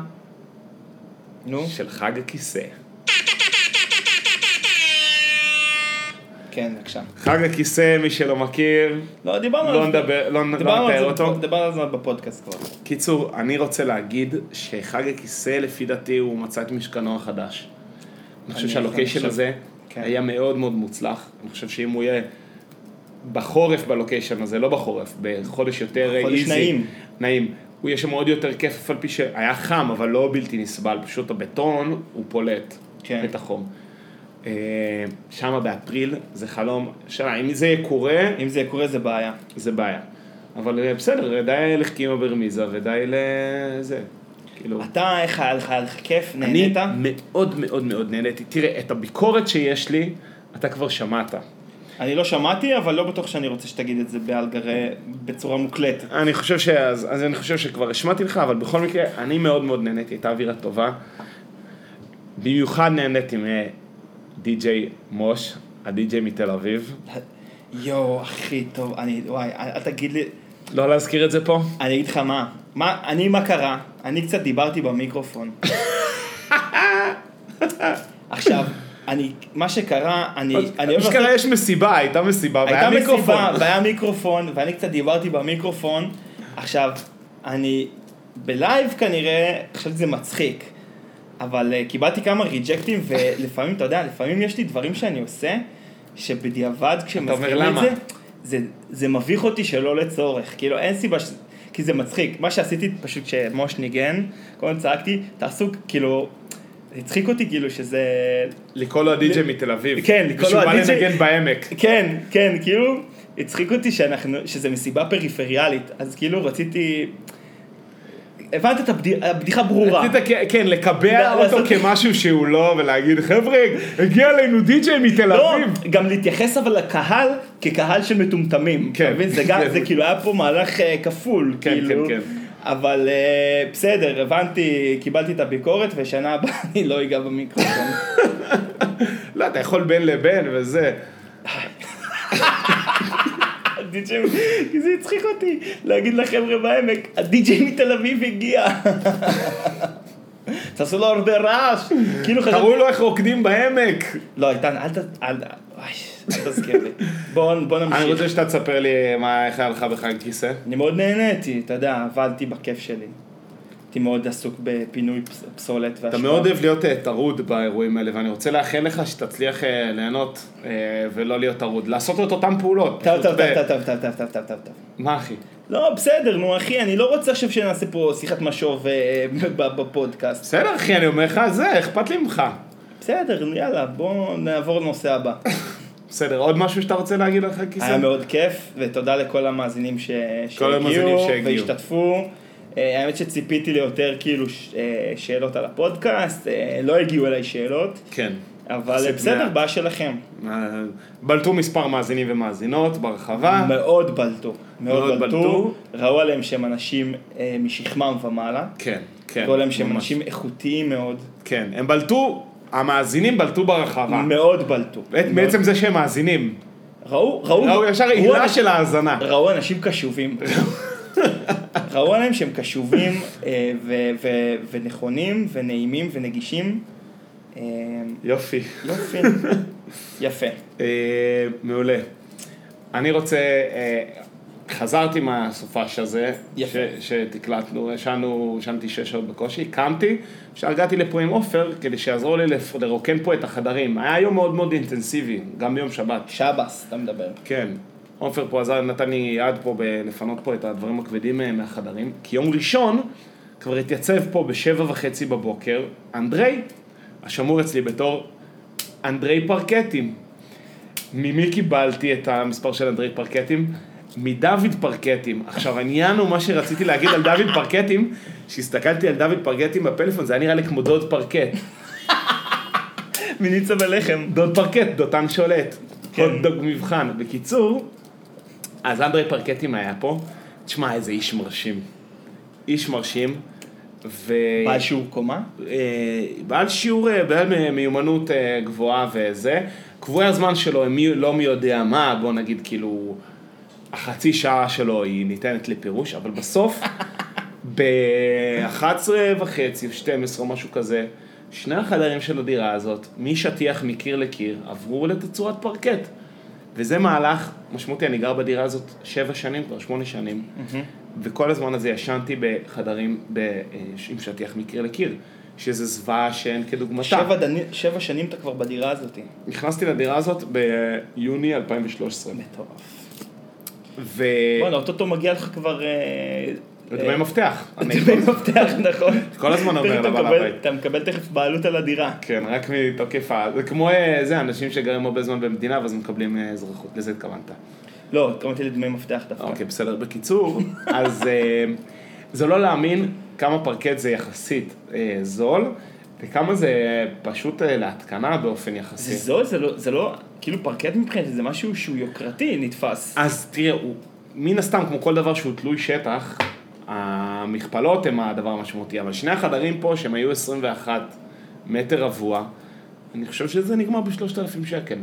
B: נו,
A: של חג הכיסא.
B: כן, בבקשה.
A: חג הכיסא, מי שלא מכיר,
B: לא, דיברנו
A: לא
B: על זה.
A: נדבר, לא נ- לא
B: דיברנו
A: נתאר
B: על זה
A: אותו.
B: בפ- דיברנו על זה בפודקאסט כבר.
A: קיצור, אני רוצה להגיד שחג הכיסא, לפי דעתי, הוא מצא את משכנו החדש. אני חושב
B: אני
A: שהלוקיישן
B: חושב-
A: הזה
B: כן.
A: היה מאוד מאוד מוצלח. אני חושב שאם הוא יהיה בחורף בלוקיישן הזה, לא בחורף, בחודש יותר איזי.
B: חודש נעים.
A: נעים. הוא יהיה שם עוד יותר כיף, אף על פי שהיה חם, אבל לא בלתי נסבל, פשוט הבטון, הוא פולט
B: כן.
A: את החום. שם באפריל זה חלום, שנה, אם זה קורה,
B: אם זה קורה זה בעיה.
A: זה בעיה. אבל אה, בסדר, די לחכימה ברמיזה ודי לזה. כאילו,
B: אתה, איך היה לך? היה לך כיף?
A: אני
B: נהנית?
A: מאוד מאוד מאוד נהניתי. תראה, את הביקורת שיש לי, אתה כבר שמעת.
B: אני לא שמעתי, אבל לא בטוח שאני רוצה שתגיד את זה בעל גרי בצורה מוקלטת.
A: אני חושב ש... אז, אז אני חושב שכבר השמעתי לך, אבל בכל מקרה, אני מאוד מאוד נהניתי, הייתה אווירה טובה. במיוחד נהניתי מדי-ג'יי מוש, הדי-ג'יי מתל אביב.
B: יואו, הכי טוב, אני, וואי, אל תגיד לי,
A: לא להזכיר את זה פה?
B: אני אגיד לך מה, מה, אני, מה קרה? אני קצת דיברתי במיקרופון. עכשיו, אני, מה שקרה, אני, אני אוהב
A: אשכרה יש מסיבה, הייתה מסיבה, והיה
B: הייתה מסיבה,
A: מיקרופון.
B: והיה מיקרופון, ואני קצת דיברתי במיקרופון. עכשיו, אני בלייב כנראה, חשבתי שזה מצחיק, אבל אה, קיבלתי כמה ריג'קטים, ולפעמים, אתה יודע, לפעמים יש לי דברים שאני עושה, שבדיעבד כשמזכירים לי את
A: למה?
B: זה, זה, זה מביך אותי שלא לצורך, כאילו אין סיבה ש... כי זה מצחיק, מה שעשיתי פשוט כשמוש ניגן, כל הזמן צעקתי, תעשו, כאילו, הצחיק אותי כאילו שזה,
A: לקרוא לו הדי-ג'יי מתל אביב.
B: כן, לקרוא לו
A: ושהוא בא
B: הדי-ג'יי.
A: לנגן בעמק.
B: כן, כן, כאילו, הצחיק אותי שאנחנו, שזה מסיבה פריפריאלית, אז כאילו רציתי... הבנת את הבדיח, הבדיחה ברורה.
A: רצית כ- כן, לקבע
B: לא, לעשות-
A: אותו כמשהו שהוא לא, ולהגיד, חבר'ה, הגיע אלינו די-ג'יי מתל
B: לא,
A: אביב.
B: גם להתייחס אבל לקהל כקהל של מטומטמים.
A: כן.
B: אתה מבין? זה גם,
A: זה-
B: זה כאילו היה פה מהלך אה, כפול,
A: כן,
B: כאילו.
A: כן, כן.
B: אבל אה, בסדר, הבנתי, קיבלתי את הביקורת, ושנה הבאה אני לא אגע במיקרופון.
A: לא, אתה יכול בין לבין וזה.
B: הדי-ג'יי, כי זה הצחיק אותי להגיד לחבר'ה בעמק, הדי-ג'יי מתל אביב הגיע. תעשו לו הרבה רעש, כאילו חשבתי,
A: תראו לו איך רוקדים בעמק.
B: לא איתן, אל ת... אל ת- אוי, אל תזכיר לי. בואו בוא
A: אני
B: נמשיך.
A: רוצה שאתה תספר לי מה, איך היה לך בחג כיסא.
B: אני מאוד נהניתי, אתה יודע, עבדתי בכיף שלי. הייתי מאוד עסוק בפינוי פס- פסולת והשפעה.
A: אתה מאוד אוהב להיות אה, טרוד באירועים האלה, ואני רוצה לאחל לך שתצליח אה, ליהנות אה, ולא להיות טרוד. לעשות את אותן פעולות.
B: טוב,
A: פשוט
B: טוב,
A: ב-
B: טוב, טוב, טוב, טוב, טוב, טוב, טוב, טוב.
A: מה אחי?
B: לא, בסדר, נו אחי, אני לא רוצה עכשיו שנעשה פה שיחת משוב אה, ב- בפודקאסט.
A: בסדר אחי, אני אומר לך, זה, אכפת לי ממך.
B: בסדר, יאללה, בואו נעבור לנושא הבא.
A: בסדר, עוד משהו שאתה רוצה להגיד על חג כיסא?
B: היה מאוד כיף, ותודה לכל המאזינים ש...
A: המאזינים שהגיעו.
B: והשתתפו. אה, האמת שציפיתי ליותר כאילו ש... אה, שאלות על הפודקאסט, אה, לא הגיעו אליי שאלות,
A: כן.
B: אבל
A: יחסית
B: אה, בסדר,
A: מעט.
B: בעיה שלכם.
A: אה, בלטו מספר מאזינים ומאזינות ברחבה.
B: מאוד בלטו, מאוד
A: אה. מאוד
B: בלטו,
A: בלטו.
B: ראו עליהם שהם אנשים אה, משכמם ומעלה,
A: כן, כן.
B: ראו עליהם שהם
A: ממש.
B: אנשים איכותיים מאוד,
A: כן, הם בלטו, המאזינים בלטו ברחבה.
B: מאוד בלטו.
A: בעת-
B: מאוד.
A: מעצם זה שהם מאזינים.
B: ראו, ראו,
A: ראו ישר
B: ראו
A: עילה
B: אנשים-
A: של ההאזנה.
B: ראו אנשים קשובים. ראו עליהם שהם קשובים אה, ו- ו- ונכונים ונעימים ונגישים. אה,
A: יופי.
B: יופי. יפה.
A: אה, מעולה. אני רוצה... אה, חזרתי מהסופש הזה,
B: יפה.
A: ש- שתקלטנו, ישנו, ישנתי שש שעות בקושי, קמתי, שהגעתי לפה עם עופר כדי שיעזרו לי לפ- לרוקן פה את החדרים. היה יום מאוד מאוד אינטנסיבי, גם ביום שבת.
B: שבאס, אתה מדבר.
A: כן. עופר פה עזר, נתן לי יד פה בלפנות פה את הדברים הכבדים אה, מהחדרים, כי יום ראשון כבר התייצב פה בשבע וחצי בבוקר, אנדרי, השמור אצלי בתור אנדרי פרקטים. ממי קיבלתי את המספר של אנדרי פרקטים? מדוד פרקטים. עכשיו, העניין הוא מה שרציתי להגיד על דוד פרקטים, כשהסתכלתי על דוד פרקטים בפלאפון, זה היה נראה לי כמו דוד פרקט.
B: מניצה בלחם.
A: דוד פרקט, דותן שולט.
B: כן.
A: עוד דוג מבחן. בקיצור, אז אנדרי פרקטים היה פה. תשמע, איזה איש מרשים. איש מרשים. ו...
B: בעל שיעור קומה?
A: אה, בעל שיעור, אה, בעל מ- מיומנות אה, גבוהה וזה. קבועי הזמן שלו הם מי- לא מי יודע מה, בוא נגיד כאילו, החצי שעה שלו היא ניתנת לפירוש, אבל בסוף, ב-11 וחצי, 12, משהו כזה, שני החדרים של הדירה הזאת, משטיח מקיר לקיר, עברו לתצורת פרקט. וזה מהלך משמעותי, אני גר בדירה הזאת שבע שנים, כבר שמונה שנים, וכל הזמן הזה ישנתי בחדרים ב, אה, עם שטיח מקיר לקיר, שזה זוועה שאין כדוגמתה.
B: שבע, דני, שבע שנים אתה כבר בדירה הזאת.
A: נכנסתי לדירה הזאת ביוני 2013,
B: מטורף.
A: ו...
B: בואנה, אוטוטו מגיע לך כבר... אה,
A: דמי
B: אה,
A: מפתח. אני-
B: דמי מפתח, נכון.
A: כל הזמן עובר
B: תכף אתה
A: לבעל
B: מקבל-
A: הבית.
B: אתה מקבל תכף בעלות על הדירה.
A: כן, רק מתוקף ה... זה כמו אה, זה, אנשים שגרים הרבה זמן במדינה ואז מקבלים אה, אזרחות, לזה התכוונת.
B: לא, התכוונתי לדמי מפתח דווקא.
A: אוקיי, בסדר. בקיצור, אז אה, זה לא להאמין כמה פרקט זה יחסית אה, זול, וכמה זה פשוט אה, להתקנה באופן יחסי.
B: זה זול, זה לא, זה לא, כאילו פרקט מבחינתי זה משהו שהוא יוקרתי נתפס.
A: אז תראה, הוא, מן הסתם, כמו כל דבר שהוא תלוי שטח, המכפלות הם הדבר המשמעותי, אבל שני החדרים פה, שהם היו 21 מטר רבוע, אני חושב שזה נגמר ב-3,000 שקל.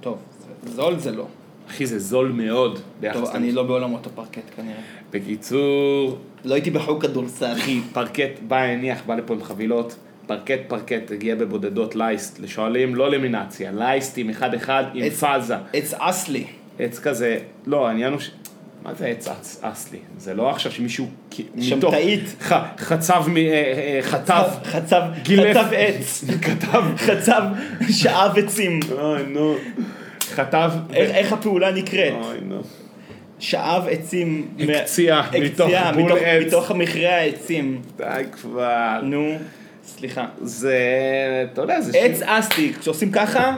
B: טוב, זה- זול זה לא.
A: אחי, זה זול מאוד ביחס...
B: טוב,
A: למ-
B: אני לא בעולמות הפרקט כנראה.
A: בקיצור,
B: לא הייתי בחוג כדורסל.
A: אחי, פרקט בא, הניח, בא לפה עם חבילות, פרקט פרקט הגיע בבודדות לייסט, לשואלים לא למינציה, לייסטים אחד-אחד עם
B: עץ-
A: פאזה.
B: It's אסלי.
A: עץ כזה, לא, העניין הוא ש... מה זה עץ אס- אסלי? זה לא עכשיו שמישהו... כ- מתוך-
B: שמטאית.
A: ח, חצב, מ, אה, אה, חטב,
B: חצב,
A: גילף.
B: חצב עץ.
A: כתב,
B: חצב שאב עצים.
A: אוי נו, חטב, ו-
B: איך איך הפעולה נקראת?
A: אוי נו,
B: שאב עצים. מה-
A: הקציע, מתוך
B: הקציע,
A: בול
B: מתוך-
A: עץ.
B: מתוך מכרה העצים.
A: די כבר,
B: נו, סליחה.
A: זה, אתה יודע, זה
B: עץ אסלי, כשעושים ככה,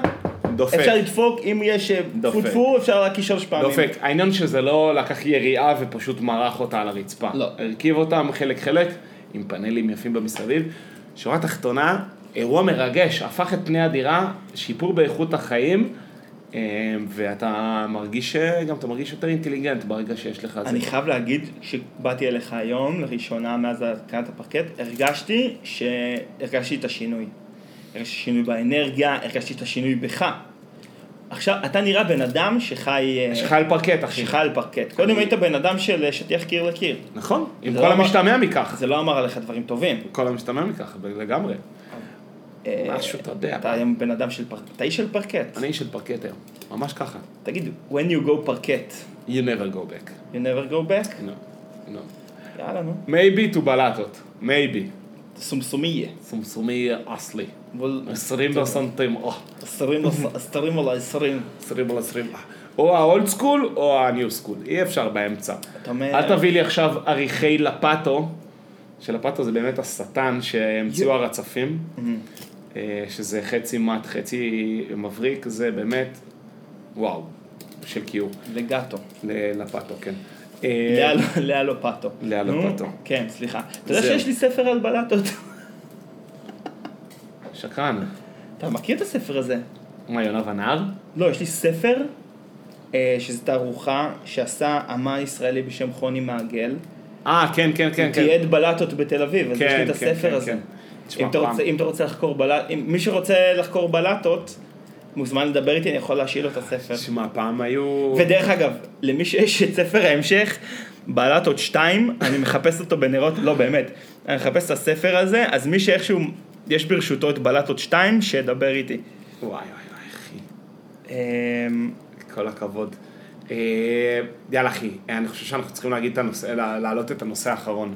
A: דופק,
B: אפשר לדפוק, אם יש אה, טפו
A: דופק.
B: טפו, אפשר רק לשלוש פעמים.
A: דופק, העניין שזה לא לקח יריעה ופשוט מרח אותה על הרצפה,
B: לא.
A: הרכיב אותם חלק חלק, עם פאנלים יפים במסביב, שורה תחתונה, אירוע מרגש, הפך את פני הדירה, שיפור באיכות החיים, אה, ואתה מרגיש, ש- גם אתה מרגיש יותר אינטליגנט ברגע שיש לך את זה.
B: אני חייב להגיד שבאתי אליך היום, לראשונה מאז התקנת הפרקט, הרגשתי שהרגשתי את השינוי. הרגשתי שינוי באנרגיה, הרגשתי את השינוי בך. עכשיו, אתה נראה בן אדם שחי... אה,
A: יש לך על פרקט, אחי.
B: שחי על פרקט. קודם היית בן אדם של אה, שטיח קיר לקיר.
A: נכון, עם
B: זה
A: כל
B: לא אמר-
A: המשתמע מכך.
B: זה לא אמר עליך דברים טובים.
A: כל המשתמע מכך, לגמרי.
B: אה,
A: משהו, אתה יודע.
B: אתה היום בן אדם של פרקט. אתה איש של פרקט.
A: אני איש של פרקט היום, ממש ככה.
B: תגיד, when you go פרקט,
A: You never go back.
B: you never go back?
A: No, no.
B: יאללה, נו.
A: Maybe to בלטות, maybe.
B: סומסומיה.
A: סומסומי אסלי.
B: בול-
A: 20 סנטים, או.
B: עשרים על- עשרים על העשרים.
A: 20 על 20. או האולד סקול או הניו סקול, אי אפשר באמצע.
B: אתה אומר-
A: אל תביא לי עכשיו אריחי לפטו, שלפטו זה באמת השטן שהמציאו הרצפים,
B: Mhm.
A: אה, שזה חצי מט, חצי מבריק, זה באמת, וואו, של קיור,
B: לגאטו.
A: ל- לפטו, כן. אה,
B: לאלו פאטו.
A: לאלו
B: לא- נו,
A: פאטו.
B: כן, סליחה. אתה יודע
A: זהו.
B: שיש לי ספר על בלטות.
A: שקרן.
B: אתה מכיר את הספר הזה?
A: מה, יונה ונהר?
B: לא, יש לי ספר, אה, שזו תערוכה שעשה אמן ישראלי בשם חוני מעגל.
A: אה, כן, כן, כן, כן.
B: תיעד בלטות בתל אביב, אז יש לי
A: כן,
B: את
A: כן,
B: הספר
A: כן,
B: הזה.
A: כן.
B: אם
A: תשמע,
B: אתה
A: פעם-
B: רוצה- אם אתה רוצה לחקור בלטות, מי שרוצה לחקור בלטות, מוזמן לדבר איתי, אני יכול להשאיל לו את הספר.
A: תשמע, פעם היו...
B: ודרך אגב, למי שיש את ספר ההמשך, בעלת עוד שתיים, אני מחפש אותו בנרות, לא באמת, אני מחפש את הספר הזה, אז מי שאיכשהו, יש ברשותו את בעלת עוד שתיים, שידבר איתי.
A: וואי, וואי, וואי, אחי.
B: אמ,
A: כל הכבוד. אה, יאללה אחי, אה, אני חושב שאנחנו צריכים להגיד את הנושא, לה- להעלות את הנושא האחרון.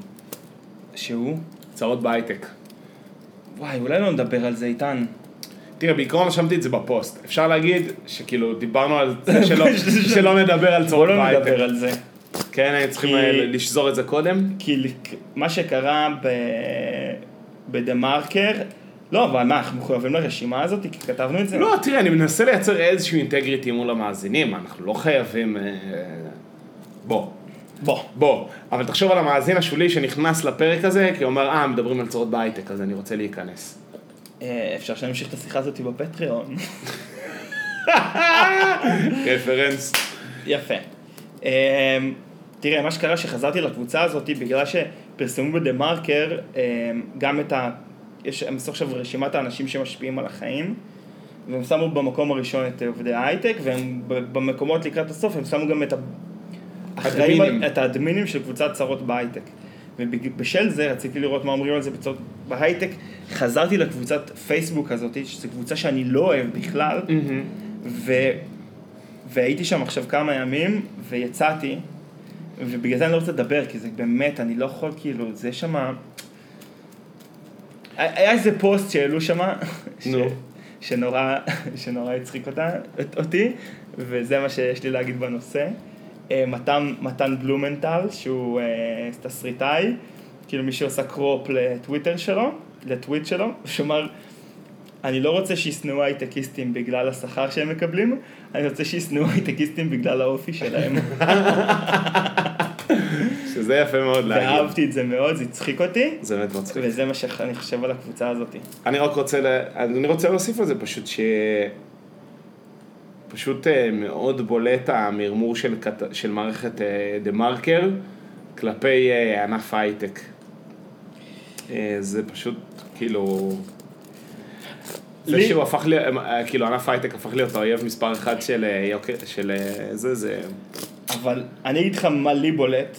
B: שהוא?
A: צרות בהייטק.
B: וואי, אולי לא נדבר על זה איתן.
A: תראה, בעיקרון רשמתי את זה בפוסט. אפשר להגיד שכאילו דיברנו על זה שלא, שלא נדבר על צרות
B: בוא לא
A: בהייטק.
B: נדבר על זה.
A: כן, היינו צריכים
B: כי-
A: אה, לשזור את זה קודם.
B: כי לק- מה שקרה ב... בדה מרקר, לא, אבל מה, אנחנו מחויבים לרשימה הזאת? כי כתבנו את זה?
A: לא, תראה, אני מנסה לייצר איזשהו אינטגריטי מול המאזינים, אנחנו לא חייבים... אה, בוא.
B: בוא.
A: בוא, אבל תחשוב על המאזין השולי שנכנס לפרק הזה, כי הוא אומר, אה, מדברים על צרות בהייטק, אז אני רוצה להיכנס.
B: אה, אפשר שאני אמשיך את השיחה הזאת בפטריון.
A: רפרנס.
B: יפה. אמ, תראה, מה שקרה שחזרתי לקבוצה הזאת בגלל שפרסמו בדה מרקר אמ, גם את ה... יש, הם עשו עכשיו רשימת האנשים שמשפיעים על החיים והם שמו במקום הראשון את עובדי ההייטק והם ב- במקומות לקראת הסוף הם שמו גם את ה... אחראים על-
A: אדמינים.
B: את האדמינים של קבוצת צרות בהייטק. ובשל זה רציתי לראות מה אומרים על זה בצורת בהייטק. חזרתי לקבוצת פייסבוק הזאת, שזו קבוצה שאני לא אוהב בכלל, ו... והייתי שם עכשיו כמה ימים, ויצאתי, ובגלל זה אני לא רוצה לדבר, כי זה באמת, אני לא יכול, כאילו, זה שמה... היה איזה פוסט שהעלו שמה, ש...
A: נו.
B: שנורא, שנורא הצחיק אותה, את- אותי, וזה מה שיש לי להגיד בנושא. אה, מתן, מתן בלומנטל, שהוא אה, תסריטאי, כאילו מי שעושה קרופ לטוויטר שלו, לטוויט שלו, שהוא אמר, אני לא רוצה שישנאו הייטקיסטים בגלל השכר שהם מקבלים, אני רוצה שישנאו הייטקיסטים בגלל האופי שלהם.
A: שזה יפה מאוד להגיד.
B: ואהבתי את זה מאוד, זה הצחיק אותי,
A: זה באמת מצחיק.
B: וזה מה שאני חושב על הקבוצה הזאת.
A: אני רק רוצה, ל... אני רוצה להוסיף על זה פשוט ש... פשוט אה, מאוד בולט המרמור של, כת... של מערכת אה, דה מרקר כלפי אה, ענף ההייטק. אה, זה פשוט כאילו... זה
B: לי-
A: שהוא הפך להיות, אה, כאילו ענף ההייטק הפך להיות האויב מספר אחת של אה, יוקר, של אה, זה, זה,
B: אבל אני אגיד לך מה לי בולט,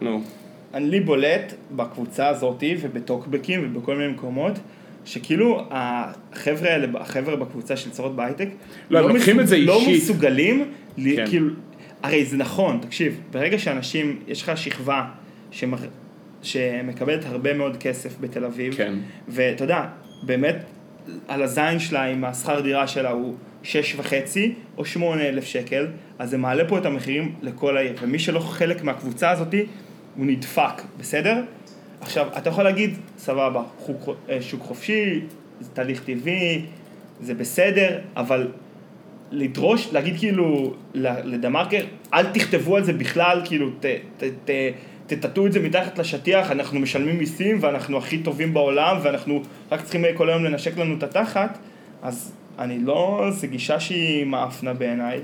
A: נו,
B: אני לי בולט בקבוצה הזאתי ובטוקבקים ובכל מיני מקומות, שכאילו החבר'ה האלה, החבר'ה בקבוצה של צרות בהייטק,
A: לא, הם לוקחים
B: מסוג-
A: את זה
B: לא
A: אישית.
B: מסוגלים, ל-
A: כן.
B: כאילו, הרי זה נכון, תקשיב, ברגע שאנשים, יש לך שכבה שמר... שמקבלת הרבה מאוד כסף בתל אביב,
A: כן.
B: ואתה יודע, באמת, על הזין שלה, אם השכר דירה שלה הוא שש וחצי או שמונה אלף שקל, אז זה מעלה פה את המחירים לכל העיר, ומי שלא חלק מהקבוצה הזאת, הוא נדפק, בסדר? עכשיו, אתה יכול להגיד, סבבה, חוק, אה, שוק חופשי, זה תהליך טבעי, זה בסדר, אבל לדרוש, להגיד כאילו ל- לדה-מרקר, אל תכתבו על זה בכלל, כאילו, ת, ת, ת, תטאטאו את זה מתחת לשטיח, אנחנו משלמים מיסים ואנחנו הכי טובים בעולם ואנחנו רק צריכים כל היום לנשק לנו את התחת, אז אני לא, זו גישה שהיא מאפנה בעיניי.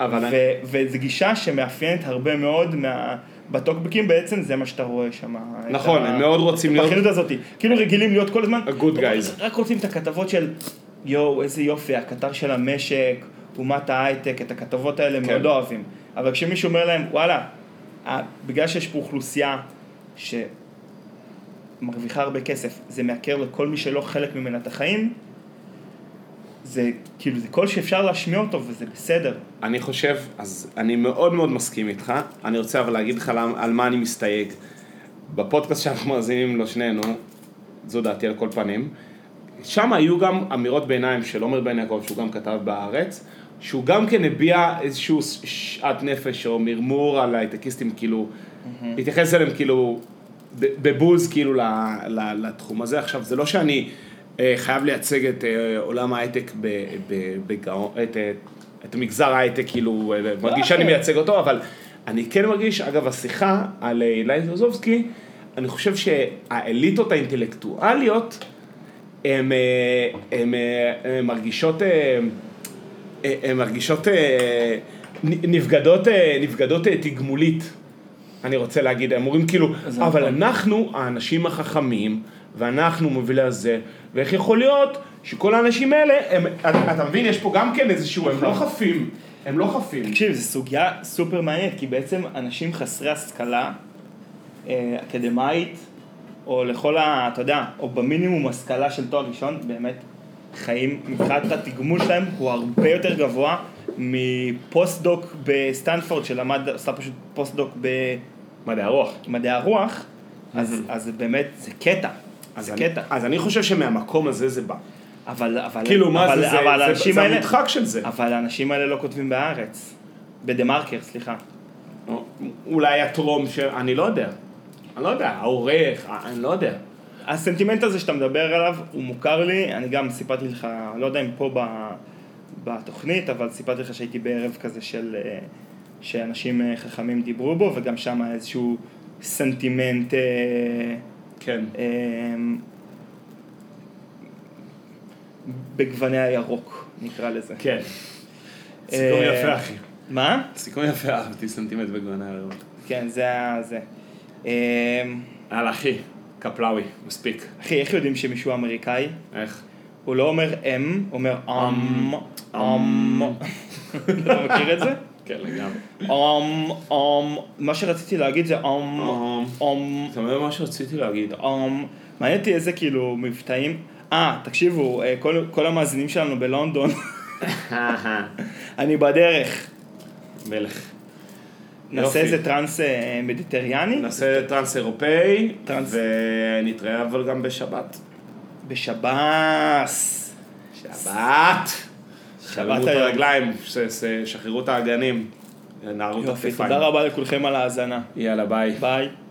A: אבל אני-
B: ו- וזו גישה שמאפיינת הרבה מאוד מה... בטוקבקים בעצם זה מה שאתה רואה שם. את
A: נכון,
B: ה-
A: הם מאוד רוצים להיות,
B: הפחדנות הזאת, כאילו רגילים להיות כל הזמן,
A: ה-good guys.
B: רק רוצים את הכתבות של יואו איזה יופי, הקטר של המשק, אומת ההייטק, את הכתבות האלה
A: כן.
B: מאוד אוהבים, אבל כשמישהו אומר להם וואלה, ה- בגלל שיש פה אוכלוסייה שמרוויחה הרבה כסף, זה מעקר לכל מי שלא חלק ממנה את החיים, זה כאילו זה קול שאפשר להשמיע אותו וזה בסדר,
A: אני חושב, אז אני מאוד מאוד מסכים איתך, אני רוצה אבל להגיד לך למ- על מה אני מסתייג. בפודקאסט שאנחנו מאזינים לו שנינו, זו דעתי על כל פנים, שם היו גם אמירות ביניים של עומר בן יעקב, שהוא גם כתב בהארץ, שהוא גם כן הביע איזשהו ש- שאט נפש או מרמור על הייטקיסטים, כאילו, התייחס אליהם כאילו ב- בבוז כאילו ל- ל- לתחום הזה. עכשיו, זה לא שאני אה, חייב לייצג את אה, עולם ההייטק ב- ב- בגאון, את, אה, את מגזר ההייטק, כאילו, אה, מרגיש שאני מייצג אותו, אבל אני כן מרגיש, אגב, השיחה על אה, אילי זוזובסקי, אני חושב שהאליטות האינטלקטואליות, הן אה, מרגישות, הן מרגישות אה, נ- נבגדות, אה, נבגדות אה, תגמולית, אני רוצה להגיד, הם אומרים כאילו,
B: זה
A: אבל
B: נכון.
A: אנחנו האנשים החכמים, ואנחנו מובילי הזה, ואיך יכול להיות שכל האנשים האלה, הם, אתה, אתה מבין, יש פה גם כן איזשהו, הם לא
B: נכון.
A: חפים, הם לא חפים.
B: תקשיב, זו סוגיה סופר מעניינת, כי בעצם אנשים חסרי השכלה אה, אקדמאית, או לכל ה... אתה יודע, או במינימום השכלה של תואר ראשון, באמת חיים, מבחינת התגמול שלהם הוא הרבה יותר גבוה מפוסט-דוק בסטנפורד, שלמד, עשה פשוט פוסט-דוק
A: מדעי הרוח.
B: במדעי הרוח, אז, אז זה באמת, זה קטע,
A: אז
B: זה
A: אני,
B: קטע.
A: אז אני חושב שמהמקום הזה זה בא.
B: אבל, אבל,
A: כאילו, מה
B: אבל,
A: זה, זה-
B: אבל
A: זה-
B: האנשים
A: זה
B: האלה,
A: המשחק של זה.
B: אבל האנשים האלה לא כותבים בהארץ, בדה מרקר, סליחה.
A: או- אולי הטרום של, אני לא יודע. אני לא יודע, העורך, ה- אני לא יודע.
B: הסנטימנט הזה שאתה מדבר עליו הוא מוכר לי, אני גם סיפרתי לך, לא יודע אם פה ב- בתוכנית, אבל סיפרתי לך שהייתי בערב כזה של, אה, שאנשים אה, חכמים דיברו בו, וגם שם היה איזשהו סנטימנט אה,
A: כן.
B: אה, בגווני הירוק, נקרא לזה.
A: כן. סיכום
B: אה,
A: יפה, אחי.
B: מה?
A: סיכום יפה, אהבתי סנטימט בגוני הרעות.
B: כן, זה ה... זה. אמ,
A: יאללה, אחי, קפלאווי, מספיק.
B: אחי, איך יודעים שמישהו אמריקאי?
A: איך?
B: הוא לא אומר אם, הוא אומר אמ, אמ. אתה מכיר את זה?
A: כן, לגמרי.
B: אמ, אמ. מה שרציתי להגיד זה אמ,
A: אמ.
B: אמ,
A: אתה אומר מה שרציתי להגיד?
B: אמ. מעניין אותי איזה כאילו מבטאים. אה, תקשיבו, אה, כל- כל המאזינים שלנו בלונדון, אני בדרך.
A: אה, מלך.
B: נעשה
A: יופי.
B: איזה טראנס אה, מדיטריאני
A: נעשה טרנס אירופאי,
B: טרנס.
A: ונתראה אבל גם בשבת.
B: בשב"ס.
A: שבת! שלמו את
B: היום.
A: הרגליים, ש- ש- שחררו את האגנים, נערו את
B: יופי,
A: הכתפיים.
B: תודה רבה לכולכם על ההאזנה.
A: יאללה, ביי.
B: ביי.